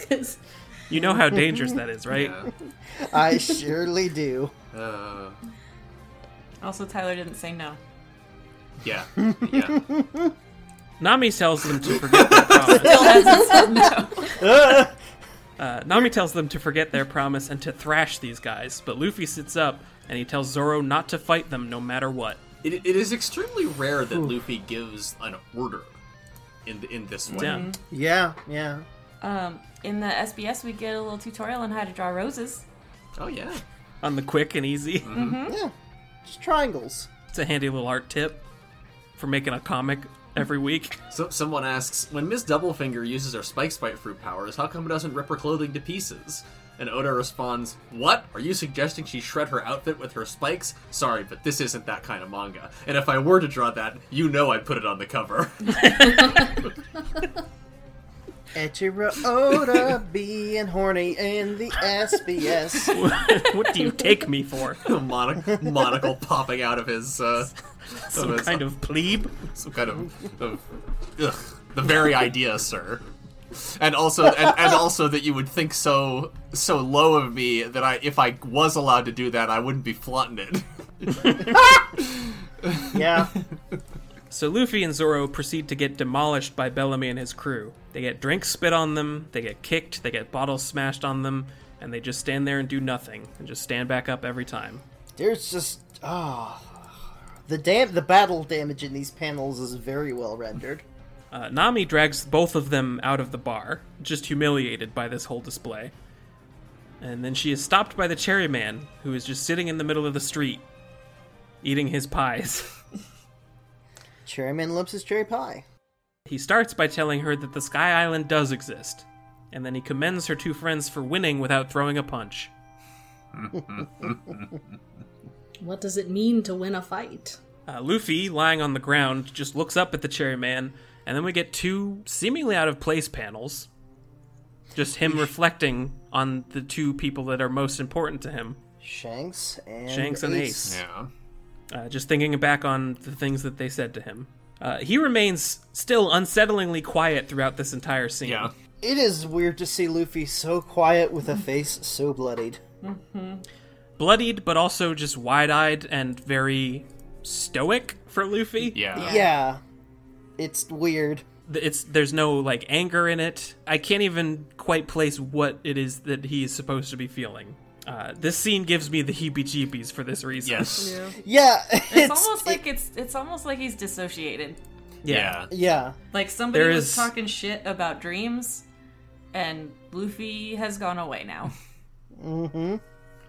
G: 'Cause-
B: You know how dangerous that is, right?
E: Yeah.
F: I surely do.
E: Uh,
D: Also, Tyler didn't say no.
E: yeah, yeah.
B: Nami tells them to forget their promise. Uh, Nami tells them to forget their promise and to thrash these guys, but Luffy sits up and he tells Zoro not to fight them no matter what.
E: It, it is extremely rare that Luffy gives an order in in this way.
B: Yeah.
F: Yeah, yeah.
D: Um, in the SBS, we get a little tutorial on how to draw roses.
E: Oh yeah.
B: On the quick and easy.
F: Yeah. Just triangles.
B: It's a handy little art tip for making a comic every week.
E: So, someone asks, when Miss Doublefinger uses her Spike Spike fruit powers, how come it doesn't rip her clothing to pieces? And Oda responds, What? Are you suggesting she shred her outfit with her spikes? Sorry, but this isn't that kind of manga. And if I were to draw that, you know I'd put it on the cover.
F: Echiro Oda being horny in the SBS.
B: what do you take me for?
E: the monoc- monocle popping out of his, uh,
B: Some
E: his-
B: kind of plebe?
E: some kind of, of ugh, the very idea, sir. And also, and, and also that you would think so so low of me that I, if I was allowed to do that, I wouldn't be flaunting it.
F: Yeah.
B: So Luffy and Zoro proceed to get demolished by Bellamy and his crew. They get drinks spit on them, they get kicked, they get bottles smashed on them, and they just stand there and do nothing, and just stand back up every time.
F: There's just ah, the dam the battle damage in these panels is very well rendered.
B: Uh, Nami drags both of them out of the bar, just humiliated by this whole display. And then she is stopped by the cherry man, who is just sitting in the middle of the street, eating his pies.
F: Cherryman loves his cherry pie.
B: He starts by telling her that the Sky Island does exist, and then he commends her two friends for winning without throwing a punch.
G: What does it mean to win a fight?
B: Uh, Luffy, lying on the ground, just looks up at the cherry man, and then we get two seemingly out of place panels. Just him reflecting on the two people that are most important to him.
F: Shanks and
B: Shanks and Ace.
E: Yeah.
B: uh, just thinking back on the things that they said to him. Uh, he remains still unsettlingly quiet throughout this entire scene.
E: Yeah.
F: It is weird to see Luffy so quiet with a face so bloodied.
B: Bloodied, but also just wide eyed and very stoic for Luffy.
E: Yeah.
F: Yeah, it's weird.
B: Th- It's there's no like anger in it. I can't even quite place what it is that he is supposed to be feeling. Uh, this scene gives me the heebie-jeebies for this reason.
E: Yes.
F: Yeah, it's,
D: It's, almost like it's it's almost like he's dissociated.
E: Yeah.
F: yeah.
D: Like somebody
B: There
D: was
B: is-
D: talking shit about dreams, and Luffy has gone away now.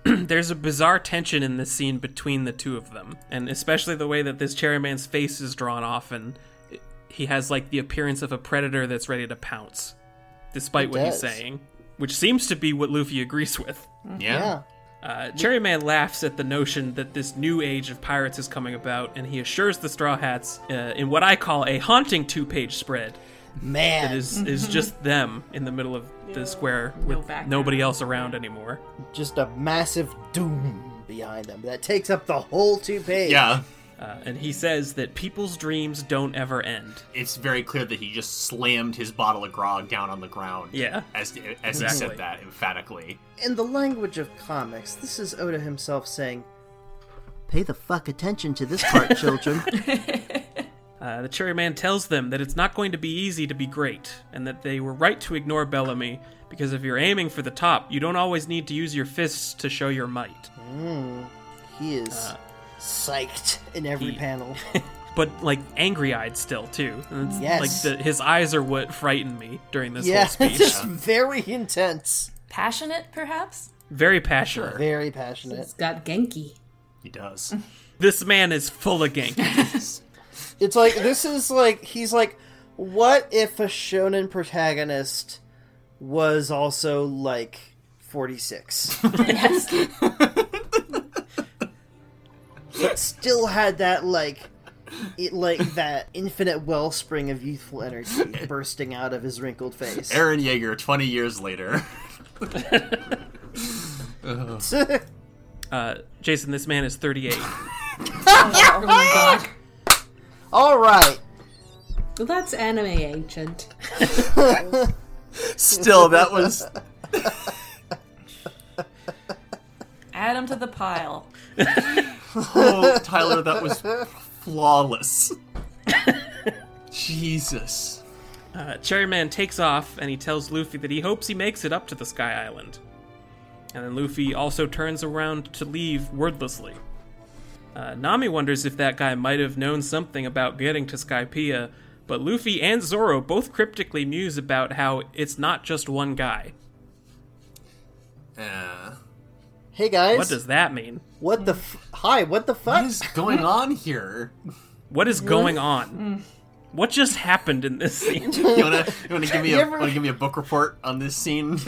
B: There's a bizarre tension in this scene between the two of them, and especially the way that this cherry man's face is drawn off, and he has like the appearance of a predator that's ready to pounce, despite
F: He
B: what he's
F: does.
B: saying, which seems to be what Luffy agrees with.
F: Yeah.
B: Uh, Cherry Man laughs at the notion that this new age of pirates is coming about, and he assures the Straw Hats uh, in what I call a haunting two-page spread
F: Man,
B: is is just them in the middle of the square with
D: background.
B: nobody else around anymore.
F: just a massive doom behind them that takes up the whole two page.
E: Yeah.
B: Uh, and he says that people's dreams don't ever end.
E: It's very clear that he just slammed his bottle of grog down on the ground.
B: Yeah.
E: As as he
B: Exactly.
E: said that emphatically.
F: In the language of comics, this is Oda himself saying, "Pay the fuck attention to this part, children."
B: Uh, the Cherry Man tells them that it's not going to be easy to be great, and that they were right to ignore Bellamy, because if you're aiming for the top, you don't always need to use your fists to show your might.
F: he is psyched in every
B: Uh, he-
F: panel.
B: But, like, angry eyed still, too. And it's
F: Yes.
B: Like, the, his eyes are what frightened me during this
F: yeah,
B: whole
F: it's
B: speech.
F: just very intense,
D: Passionate, perhaps.
B: Very passionate.
F: very passionate.
G: It's got Genki.
E: He does.
B: This man is full of gank.
F: It's like this is like he's like, what if a shonen protagonist was also like forty six,
D: Yes.
F: but still had that like, it like that infinite wellspring of youthful energy bursting out of his wrinkled face.
E: Aaron Yeager, 20 years later.
B: Uh, Jason, this man is 38.
F: All right,
G: Well, that's anime ancient.
E: Still, that was.
D: Add him to the pile.
E: Oh, Tyler, that was flawless. Jesus.
B: Uh, Cherry Man takes off and he tells Luffy that he hopes he makes it up to the Sky Island. And then Luffy also turns around to leave wordlessly. Uh, Nami wonders if that guy might have known something about getting to Skypea, but Luffy and Zoro both cryptically muse about how it's not just one guy.
E: Uh,
F: hey guys,
B: What does that mean?
F: what the f- hi? What the fuck?
E: what is going on here?
B: What is going on? What just happened in this scene?
E: You wanna, you wanna give me a
F: You ever-
E: wanna give me a book report on this scene?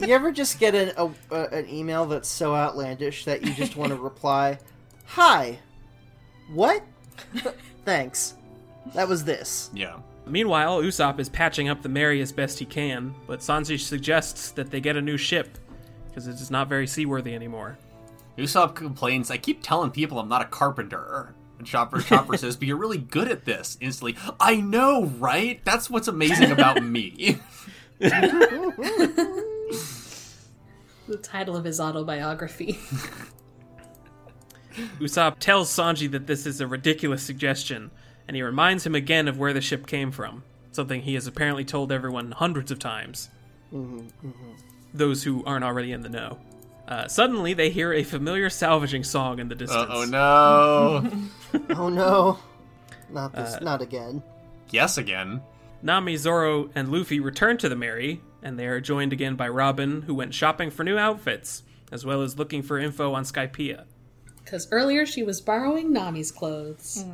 F: You ever just get an a, uh, an email that's so outlandish that you just want to reply, "Hi, what? Thanks." That was this.
E: Yeah.
B: Meanwhile, Usopp is patching up the Mary as best he can, but Sanji suggests that they get a new ship because it is not very seaworthy anymore.
E: Usopp complains, I keep telling people I'm not a carpenter. And Chopper Chopper says, But you're really good at this instantly. I know, right? That's what's amazing about me.
G: The title of his autobiography.
B: Usopp tells Sanji that this is a ridiculous suggestion, and he reminds him again of where the ship came from, something he has apparently told everyone hundreds of times. Those who aren't already in the know. Uh, suddenly, they hear a familiar salvaging song in the distance.
E: oh no!
F: Oh no, not this, not again.
E: yes, again.
B: Nami, Zoro, and Luffy return to the Mary, and they are joined again by Robin, who went shopping for new outfits, as well as looking for info on Skypea.
G: Because earlier she was borrowing Nami's clothes.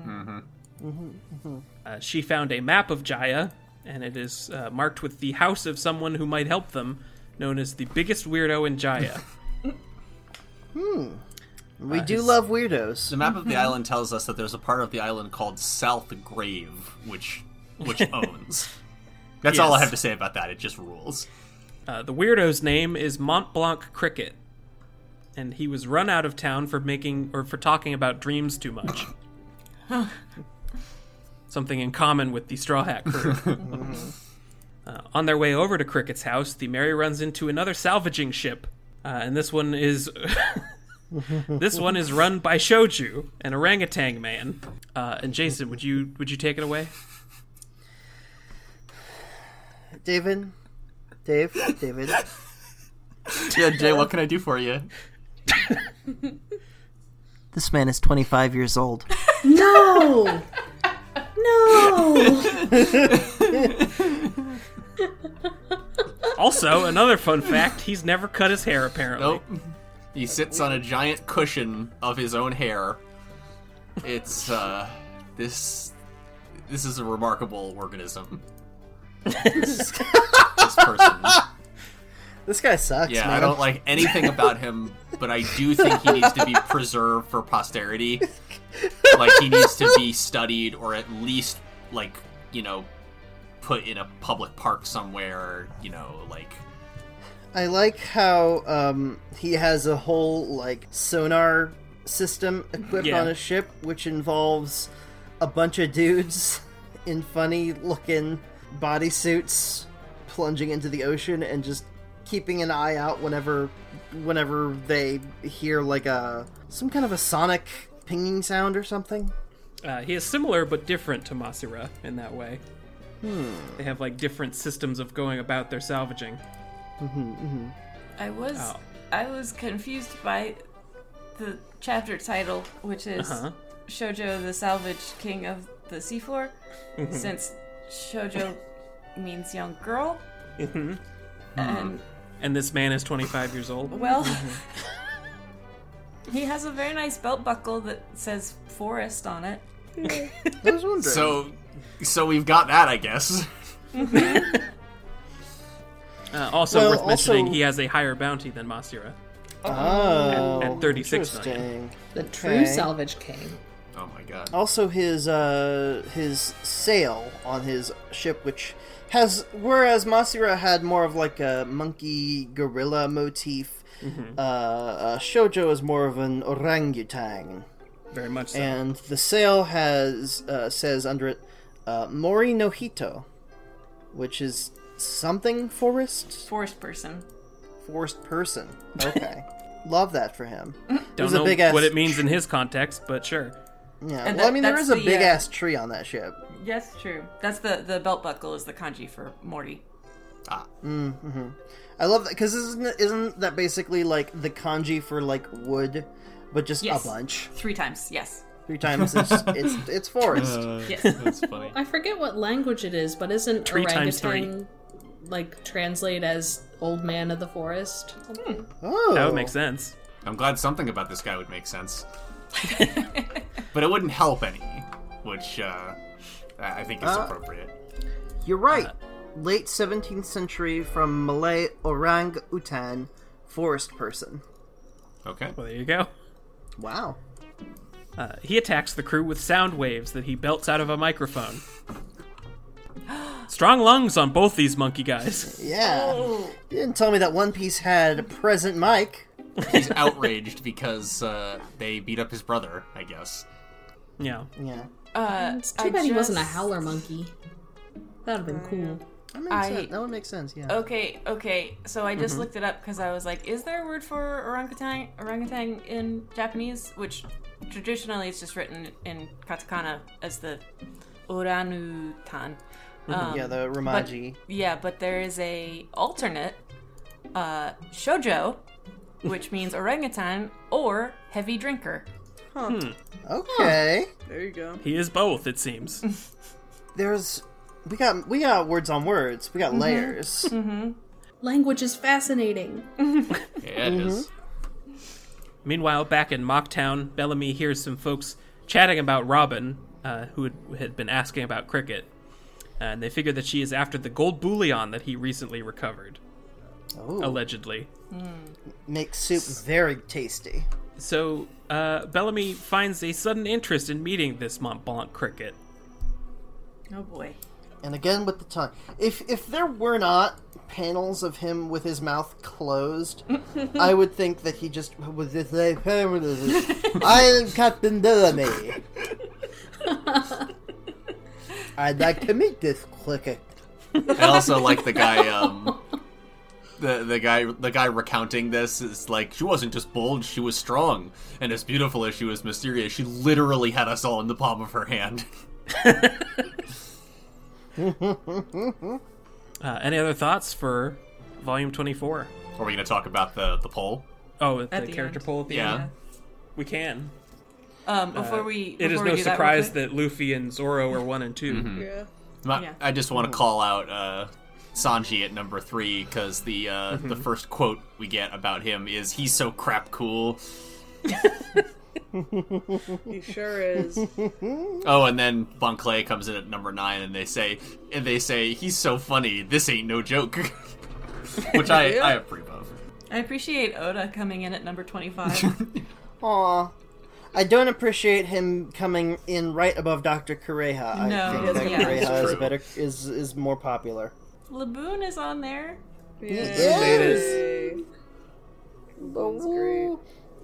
B: Uh, she found a map of Jaya, and it is uh, marked with the house of someone who might help them, known as the biggest weirdo in Jaya.
F: We do love weirdos.
E: The map of the island tells us that there's a part of the island called South Grave, which which owns. That's all I
B: Yes.
E: have to say about that. It just rules.
B: Uh, the weirdo's name is Mont Blanc Cricket, and he was run out of town for making or for talking about dreams too much. Something in common with the Straw Hat crew. uh, on their way over to Cricket's house, the Mary runs into another salvaging ship, uh, and this one is. this one is run by Shoju, an orangutan man. Uh, and Jason, would you would you take it away?
F: David, Dave, David.
E: Yeah, Jay, what can I do for you?
F: This man is 25 years old.
G: No! no!
B: Also, another fun fact: he's never cut his hair apparently.
E: Nope. He sits on a giant cushion of his own hair. It's uh this this is a remarkable organism. this, this person.
F: This guy sucks.
E: Yeah,
F: man.
E: I don't like anything about him, but I do think he needs to be preserved for posterity. Like he needs to be studied or at least like, you know, put in a public park somewhere, you know, like
F: I like how um, he has a whole like sonar system equipped
B: Yeah.
F: on his ship, which involves a bunch of dudes in funny looking bodysuits plunging into the ocean and just keeping an eye out whenever whenever they hear like a some kind of a sonic pinging sound or something.
B: Uh, he is similar but different to Masura in that way.
F: Hmm.
B: They have like different systems of going about their salvaging.
D: I was
B: Oh.
D: I was confused by the chapter title, which is
B: Uh-huh.
D: Shoujo the Salvage King of the Seafloor,
B: Mm-hmm.
D: since Shoujo means young girl. And
B: And this man is 25 years old.
D: well,
B: Mm-hmm.
D: he has a very nice belt buckle that says forest on it.
F: I was wondering.
E: so so we've got that, I guess.
B: Uh, also
F: Well,
B: worth mentioning,
F: also-
B: he has a higher bounty than Masura.
F: oh,
B: At- at 36 million.
F: interesting.
G: The true
F: Okay.
G: salvage king.
E: Oh my god.
F: also his uh his sail on his ship which has whereas Masira had more of like a monkey gorilla motif
B: Mm-hmm.
F: uh, uh Shoujo is more of an orangutan
B: Very much so.
F: and the sail has uh, says under it uh, Mori no Hito which is something forest
D: Forest person.
F: forest person okay love that for him
B: Don't
F: There's
B: know
F: a big ass
B: what it means in his context, but sure.
F: yeah
D: And
F: well I
D: that-
F: mean there
D: that's
F: is a
D: the, uh,
F: big ass tree on that ship
D: Yes, true. That's the the belt buckle is the kanji for Morty.
F: I love that because isn't isn't that basically like the kanji for like wood, but just
D: Yes.
F: a bunch
D: Three times, yes.
F: three times. It's it's, it's forest.
D: Yes.
E: That's funny.
G: I forget what language it is, but isn't
B: Three
G: orangutan
B: times
G: like translate as old man of the forest?
D: Hmm,
F: oh,
B: That would make sense.
E: I'm glad something about this guy would make sense. but it wouldn't help any, which uh, I I think is appropriate.
F: You're right. Late 17th century from Malay orang utan, forest person.
E: Okay.
B: Well, there you go.
F: Wow.
B: Uh, he attacks the crew with sound waves that he belts out of a microphone. Strong lungs on both these monkey guys.
F: Yeah. You didn't tell me that One Piece had a present mic.
E: He's outraged because uh, they beat up his brother, I guess.
B: Yeah.
F: Yeah.
D: Uh,
G: It's too
D: I
G: bad he wasn't a
D: just- Hmm.
G: howler monkey. That would have been cool.
F: That, makes
D: I-
F: sense. that would make sense. Yeah.
D: Okay, okay. So I
B: Mm-hmm.
D: just looked it up because I was like, is there a word for orangutan orangutan in Japanese? Which traditionally it's just written in katakana as the oranutan. Um,
F: yeah, the Romaji.
D: But, yeah, but there is a alternate uh, shojo, which means orangutan or heavy drinker.
F: okay.
C: There you go.
B: He is both, it seems.
F: There's we got we got words on words. We got layers.
D: Mm-hmm.
G: Language is fascinating.
E: Yeah, it is.
B: Meanwhile, back in Mocktown, Bellamy hears some folks chatting about Robin, uh, who had, had been asking about Cricket. and they figure that she is after the gold bullion that he recently recovered,
F: Oh,
B: allegedly.
F: makes soup very tasty.
B: So, uh, Bellamy finds a sudden interest in meeting this Mont Blanc cricket.
D: Oh boy.
F: And again with the tongue. If if there were not panels of him with his mouth closed, I would think that he just was just like I am Captain Bellamy. I'd like to meet this cricket.
E: I also like the guy. Um, the the guy the guy recounting this is like she wasn't just bold, she was strong, and as beautiful as she was mysterious, she literally had us all in the palm of her hand.
B: Uh, any other thoughts for Volume 24?
E: Are we gonna talk about the the poll?
B: Oh, at the,
D: the
B: character
D: end.
B: poll at the
E: Yeah.
B: end? We can.
D: Um, before we,
B: Uh, It is
D: before we
B: no
D: do that real
B: surprise
D: quick-
B: that, Luffy and Zoro are one and 2
C: Yeah.
E: My-
D: Yeah.
E: I just want to call out uh, Sanji at number three because the uh, the first quote we get about him is he's so crap cool.
C: He sure is.
E: Oh, and then Bon Clay comes in at number nine, and they say and they say he's so funny. This ain't no joke, which I I approve of.
D: I appreciate Oda coming in at number 25.
F: Aw. I don't appreciate him coming in right above Dr. Kureha. I
D: No,
F: think that
D: yeah.
F: Kureha is
E: That's
F: a
E: true.
F: better is is more popular.
D: Laboon is on there,
F: made
C: Yay. That's great.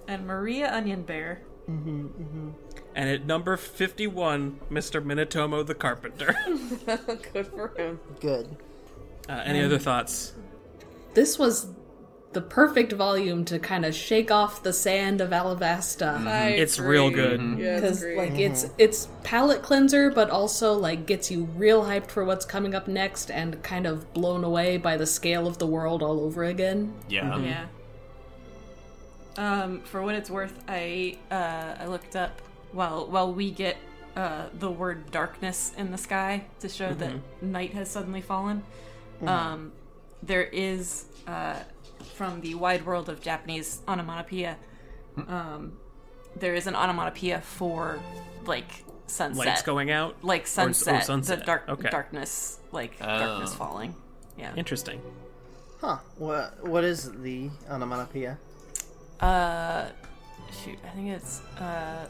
D: and Maria Onion Bear.
B: And at number 51, Mr. Minatomo the Carpenter.
C: Good for him.
F: Good.
B: Uh, any other thoughts?
G: This was the perfect volume to kind of shake off the sand of
B: Mm.
G: Alabasta.
C: I
B: It's
C: agree.
B: real good.
D: Mm-hmm.
C: Yeah, it's
G: Because
C: great.
G: like it's
B: Mm-hmm.
G: it's palate cleanser, but also like gets you real hyped for what's coming up next, and kind of blown away by the scale of the world all over again.
E: Yeah.
D: Yeah. Um, for what it's worth, I uh, I looked up while while we get uh, the word darkness in the sky to show that
B: Mm-hmm.
D: night has suddenly fallen. Um, there is uh, from the wide world of Japanese onomatopoeia.
B: Hmm.
D: Um, there is an onomatopoeia for like sunset,
B: Lights going out?
D: like sunset,
B: sunset.
D: the dark
B: Okay.
D: darkness, like darkness
E: Oh.
D: falling. Yeah.
B: Interesting.
F: Huh. What what is the onomatopoeia?
D: Uh, shoot, I think it's uh,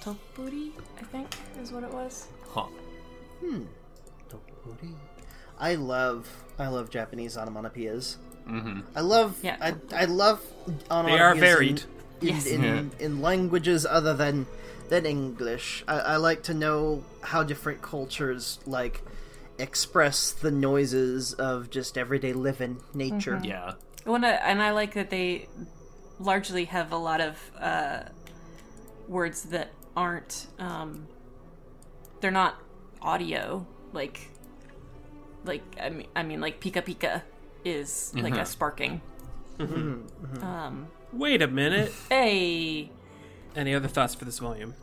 D: Topuri. I think is what it was.
E: Huh.
F: I love I love Japanese onomatopoeias. Mm-hmm. I love
D: Yeah.
F: I, I love onomatopoeias.
B: varied.
F: In, in,
D: Yes.
F: in, in languages other than than English. I, I like to know how different cultures like express the noises of just everyday living nature.
B: Mm-hmm.
E: Yeah.
D: When I, and I like that they largely have a lot of uh, words that aren't. Um, they're not audio like. Like I mean, I mean, like pika pika is like a sparking. Um,
B: Wait a minute.
D: hey,
B: Any other thoughts for this volume?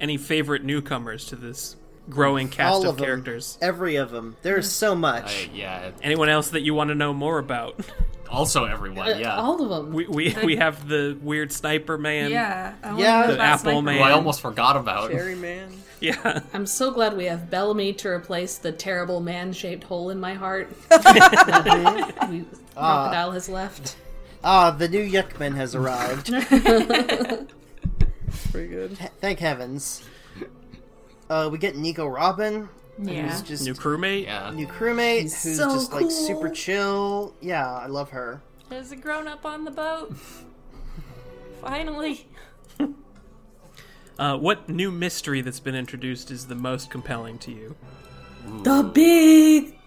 B: Any favorite newcomers to this growing cast
F: All
B: of,
F: of them,
B: characters?
F: every of them.
D: Mm.
F: There's so much.
E: I- yeah.
B: Anyone else that you want to know more about?
E: Also, everyone.
G: Uh,
E: Yeah.
G: all of them.
B: We we, we have the weird sniper man.
D: yeah, I wanna
F: Yeah.
D: know
F: The
D: about
B: apple
D: Sniper
B: man.
E: Who I almost forgot about.
C: Dairy man.
B: Yeah.
G: I'm so glad we have Bellamy to replace the terrible man-shaped hole in my heart. we,
F: Uh,
G: crocodile has left.
F: Ah, the new Yuckman has arrived.
C: Pretty good.
F: Thank heavens. Uh, we get Nico Robin,
D: Yeah,
F: who's just
B: New crewmate.
E: Yeah.
F: new crewmate who's
G: so
F: just
G: cool.
F: like super chill. Yeah, I love her.
D: There's a grown up on the boat. Finally.
B: Uh, what new mystery that's been introduced is the most compelling to you?
G: The big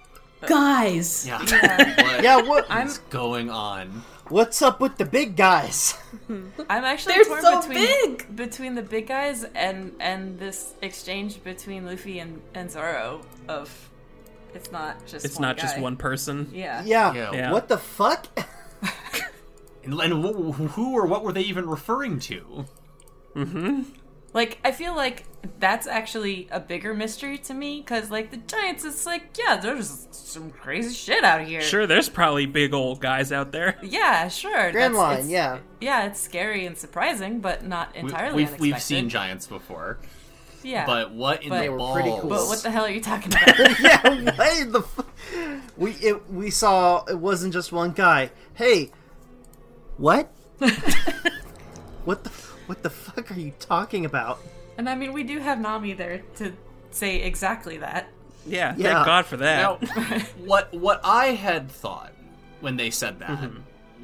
G: guys.
E: Yeah. What
F: Yeah, what
E: is going on?
F: What's up with the big guys?
D: I'm actually
G: They're
D: torn
G: so
D: between
G: big!
D: between the big guys and and this exchange between Luffy and and Zoro of it's not just
B: It's
D: one
B: not just
D: guy.
B: one person.
D: Yeah.
F: Yeah.
E: Yeah.
F: What the fuck?
E: And, and who, who or what were they even referring to?
D: Like I feel like that's actually a bigger mystery to me because like the giants, it's like yeah, there's some crazy shit out here.
B: Sure, there's probably big old guys out there.
D: Yeah, sure. that's-
F: Grand line.
D: it's-
F: Yeah.
D: Yeah, it's scary and surprising, but not
E: We,
D: entirely
E: we've, we've
D: unexpected.
E: seen giants before,
D: Yeah.
E: but what in
D: But- They
E: the
F: were
E: balls?
F: pretty cool.
D: But what the hell are you talking about?
F: yeah. Why the? F- we it, we saw it wasn't just one guy. Hey, what? what the what the fuck are you talking about?
D: and I mean, we do have Nami there to say exactly that.
B: Yeah,
F: Yeah.
B: thank God for that.
E: Now, what what I had thought when they said that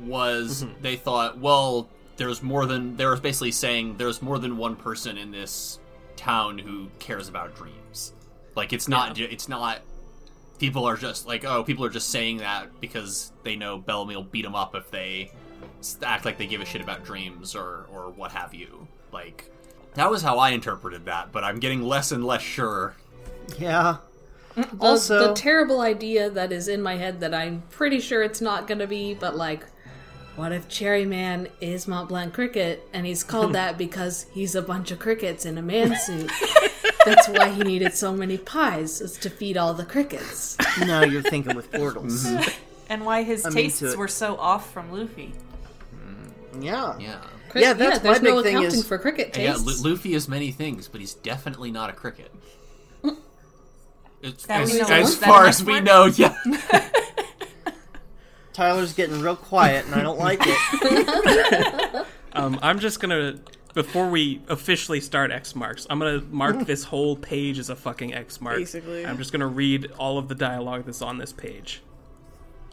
E: was they thought, well, there's more than there was basically saying there's more than one person in this town who cares about dreams. Like it's not ju- it's not people are just like oh people are just saying that because they know Bellamy will beat them up if they s- act like they give a shit about dreams or or what have you. Like that was how I interpreted that, but I'm getting less and less sure
F: Yeah.
G: The-
F: Also,
G: the terrible idea that is in my head that I'm pretty sure it's not gonna be, but like, what if Cherry Man is Mont Blanc Cricket and he's called that because he's a bunch of crickets in a man suit? That's why he needed so many pies, is to feed all the crickets.
F: now you're thinking with portals.
D: And why his
F: I'm into
D: tastes
F: it.
D: were so off from Luffy.
F: Yeah.
E: yeah.
G: Crick-
F: Yeah, that's
G: there's
F: my
G: no
F: big thing
G: accounting
F: is-
G: for cricket
E: Yeah,
G: tastes.
E: Lu- Luffy is many things, but he's definitely not a cricket. It's,
D: That
E: as
D: we know
E: as
D: of. That
E: far
D: we
E: as
D: know
E: we
D: of.
E: know, yeah.
F: Tyler's getting real quiet, and I don't like it.
B: Um, I'm just gonna before we officially start X marks, I'm gonna mark this whole page as a fucking X mark.
C: Basically.
B: I'm just gonna read all of the dialogue that's on this page.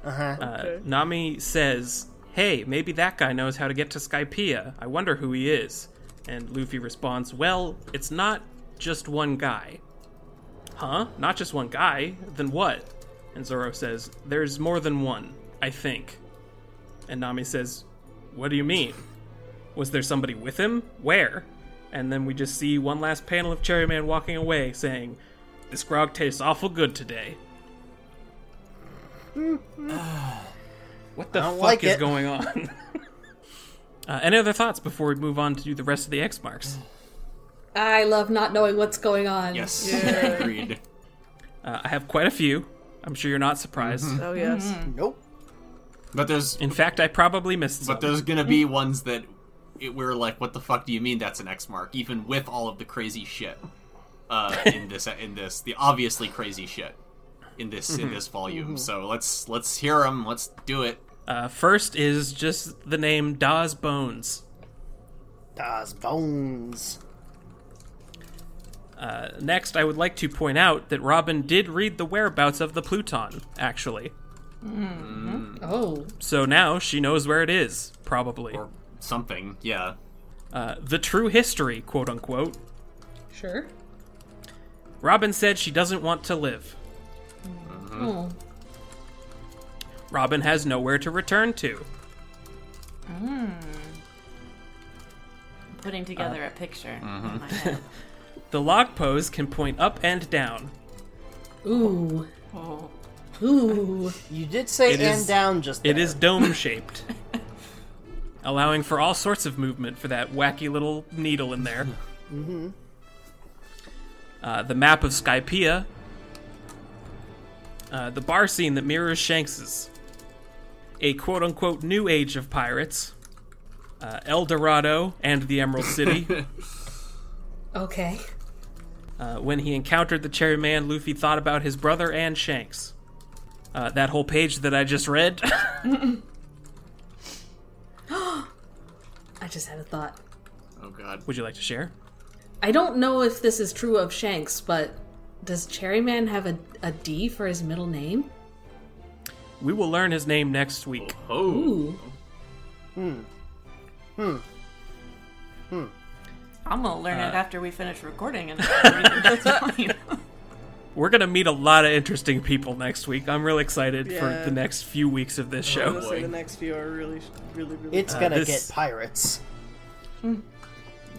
F: Uh-huh.
B: Uh, Nami says, "Hey, maybe that guy knows how to get to Skypea. I wonder who he is." And Luffy responds, "Well, it's not just one guy." Huh? Not just one guy? Then what? And Zoro says, "There's more than one, I think." And Nami says, "What do you mean? Was there somebody with him? Where?" And then we just see one last panel of Cherry Man walking away, saying, "This grog tastes awful good today." what the
F: I don't
B: fuck
F: like
B: is
F: it.
B: going on? uh, any other thoughts before we move on to do the rest of the X marks?
G: I love not knowing what's going on.
E: Yes,
C: Yeah.
E: agreed.
B: Uh, I have quite a few. I'm sure you're not surprised.
F: Mm-hmm.
C: Oh yes.
F: Nope.
E: But there's
B: In fact, I probably missed some.
E: but there's gonna be ones that it, we're like, what the fuck do you mean that's an X mark? Even with all of the crazy shit uh, in this in this the obviously crazy shit in this in
C: Mm-hmm.
E: this volume.
D: Mm-hmm.
E: So let's let's hear them. Let's do it.
B: Uh, first is just the name Dawes Bones.
F: Das bones.
B: Next, I would like to point out that Robin did read the whereabouts of the Pluton, actually.
G: Oh,
B: So now she knows where it is, probably.
E: Or something. Yeah.
B: Uh, the true history, quote unquote.
G: sure.
B: Robin said she doesn't want to live.
G: Oh,
B: Robin has nowhere to return to.
D: Putting together a picture. in my head.
B: The log pose can point up and down.
G: ooh,
D: Oh.
G: ooh.
F: You did say
B: It
F: and
B: is-
F: down just
B: It
F: there.
B: is dome shaped, allowing for all sorts of movement for that wacky little needle in there. Mm-hmm. Uh, the map of Skypea. Uh, the bar scene that mirrors Shanks's. A quote unquote new age of pirates. Uh, El Dorado and the Emerald City.
G: Okay.
B: Uh, when he encountered the Cherry Man, Luffy thought about his brother and Shanks. Uh, that whole page that I just read.
G: I just had a thought.
E: Oh god.
B: Would you like to share?
G: I don't know if this is true of Shanks, but does Cherryman have a, a D for his middle name?
B: We will learn his name next week.
E: Oh.
G: Ooh.
D: I'm gonna learn it after we finish recording and read the next volume.
B: We're gonna meet a lot of interesting people next week. I'm really excited
C: Yeah.
B: for the next few weeks of this
C: I'm
B: show.
C: gonna say the next few are really, really, really.
F: It's gonna
B: uh, this-
F: get pirates.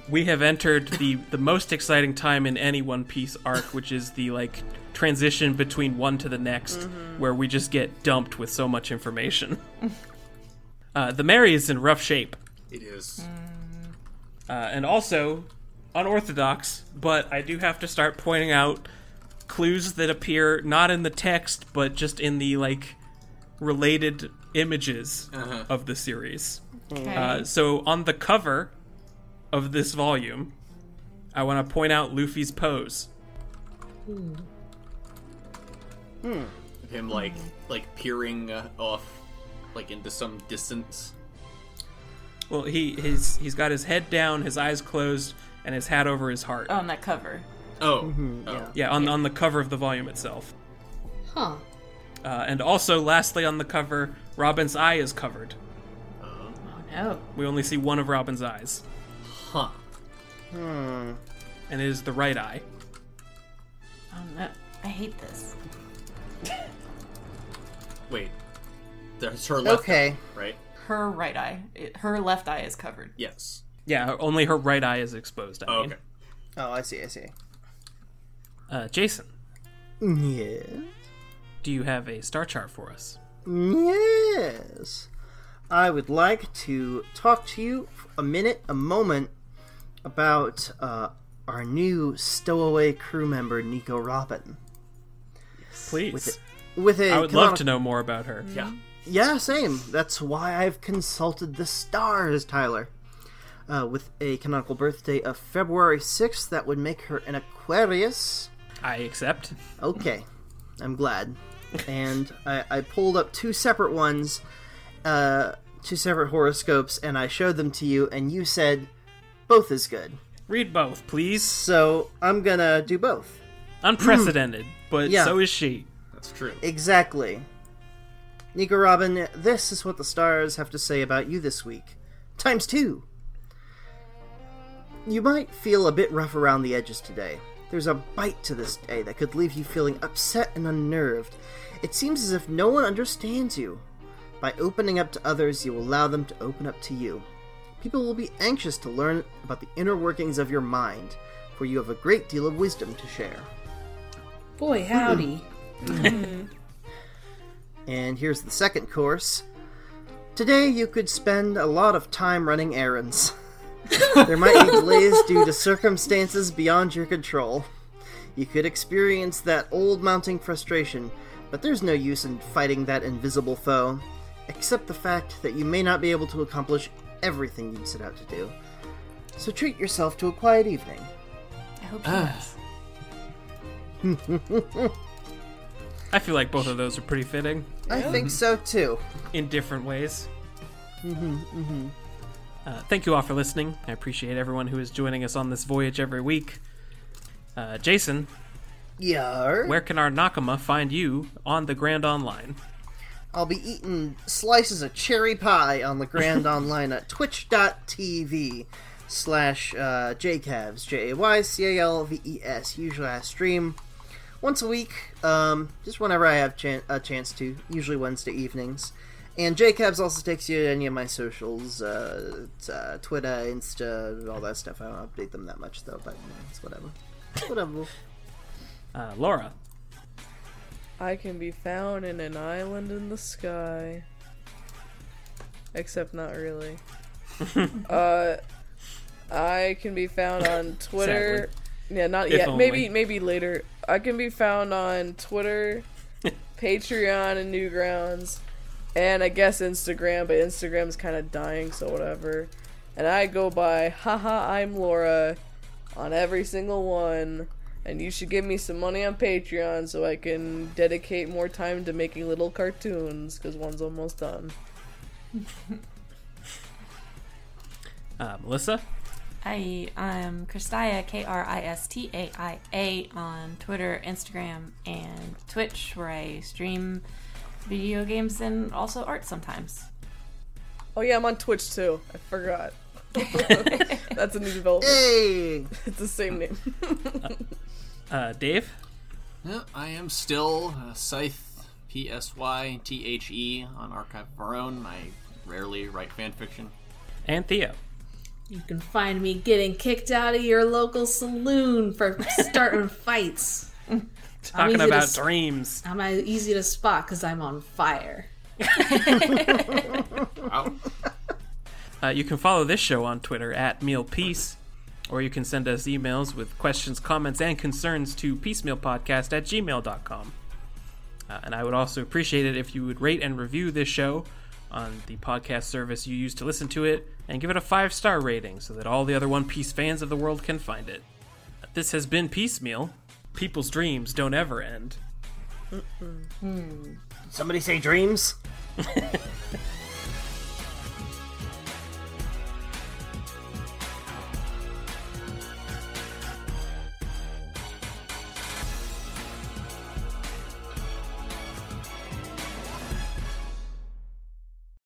B: We have entered the the most exciting time in any One Piece arc, which is the like transition between one to the next, where we just get dumped with so much information. uh, the Mary is in rough shape,
E: It is.
D: Mm.
B: uh, and also unorthodox. But I do have to start pointing out clues that appear not in the text, but just in the like related images of the series.
D: Okay.
B: Uh, so on the cover of this volume, I want to point out Luffy's pose.
E: Him like like peering uh, off like into some distance.
B: Well, he his he's got his head down, his eyes closed, and his hat over his heart.
D: on that cover.
E: Oh, oh.
B: yeah, on on the cover of the volume itself.
G: Huh.
B: Uh, and also, lastly, on the cover, Robin's eye is covered.
D: Oh no.
B: We only see one of Robin's eyes,
E: huh.
B: and it is the right eye.
D: Oh no. I hate this.
E: Wait, there's her left.
F: Okay.
E: eye, right.
D: Her right eye. It, her left eye is covered.
E: Yes.
B: Yeah, only her right eye is exposed. I
E: Oh,
B: mean.
E: okay.
F: Oh, I see. I see.
B: Uh, Jason,
F: Yeah.
B: do you have a star chart for us?
F: Yes. I would like to talk to you for a minute, a moment, about uh, our new stowaway crew member, Nico Robin.
B: Please.
F: With a
B: I would love
F: canonical-
B: to know more about her.
E: Yeah.
F: Yeah, same. That's why I've consulted the stars, Tyler. Uh, with a canonical birthday of February 6th, that would make her an Aquarius.
B: I accept.
F: Okay, I'm glad. And I, I pulled up two separate ones, uh, two separate horoscopes, and I showed them to you, and you said both is good.
B: Read both, please.
F: So I'm gonna do both.
B: Unprecedented, but
F: Yeah.
B: so is she.
E: That's true.
F: Exactly. Nico Robin, this is what the stars have to say about you this week. Times two. You might feel a bit rough around the edges today. There's a bite to this day that could leave you feeling upset and unnerved. It seems as if no one understands you. By opening up to others, you allow them to open up to you. People will be anxious to learn about the inner workings of your mind, for you have a great deal of wisdom to share.
G: Boy, howdy.
F: And here's the second course. Today you could spend a lot of time running errands. there might be delays due to circumstances beyond your control. You could experience that old mounting frustration, but there's no use in fighting that invisible foe, except the fact that you may not be able to accomplish everything you set out to do. So treat yourself to a quiet evening.
D: I hope she does.
B: I feel like both of those are pretty fitting
F: I think so too.
B: in different ways. Uh, thank you all for listening. I appreciate everyone who is joining us on this voyage every week. Uh, Jason,
F: Yar.
B: where can our Nakama find you on the Grand Online?
F: I'll be eating slices of cherry pie on the Grand Online at twitch.tv slash uh, jcavs, J-A-Y-C-A-L-V-E-S. E Usually I stream once a week, um, just whenever I have chan- a chance to, usually Wednesday evenings. And jcavs also takes you to any of my socials, uh, it's, uh, Twitter, Insta, all that stuff. I don't update them that much, though, but you know, it's whatever. It's whatever.
B: Uh, Laura,
C: I can be found in an island in the sky. Except not really. uh, I can be found on Twitter. Yeah, not
B: If
C: yet.
B: only.
C: Maybe maybe later. I can be found on Twitter, Patreon, and Newgrounds, and I guess Instagram. But Instagram's kind of dying, so whatever. And I go by haha I'm Laura on every single one. And you should give me some money on Patreon so I can dedicate more time to making little cartoons because one's almost done.
B: uh, Melissa,
D: I am Kristaia, K R I S T A I A, on Twitter, Instagram, and Twitch, where I stream video games and also art sometimes.
C: Oh yeah, I'm on Twitch too. I forgot. That's a new development.
F: Hey!
C: It's the same name.
B: uh, Dave,
E: Yeah, I am still uh, Scythe, P S Y T H E, on Archive of Our Own. I rarely write fanfiction.
B: And Theo.
G: You can find me getting kicked out of your local saloon for starting fights.
B: Talking
G: easy to
B: about
G: s-
B: dreams.
G: I'm uh, easy to spot because I'm on fire.
E: Wow.
B: Uh, you can follow this show on Twitter at MealPeace, or you can send us emails with questions, comments, and concerns to piecemealpodcast at gmail.com. Uh, and I would also appreciate it if you would rate and review this show on the podcast service you use to listen to it and give it a five star rating so that all the other One Piece fans of the world can find it. This has been Piecemeal. People's dreams don't ever end.
F: Somebody say dreams.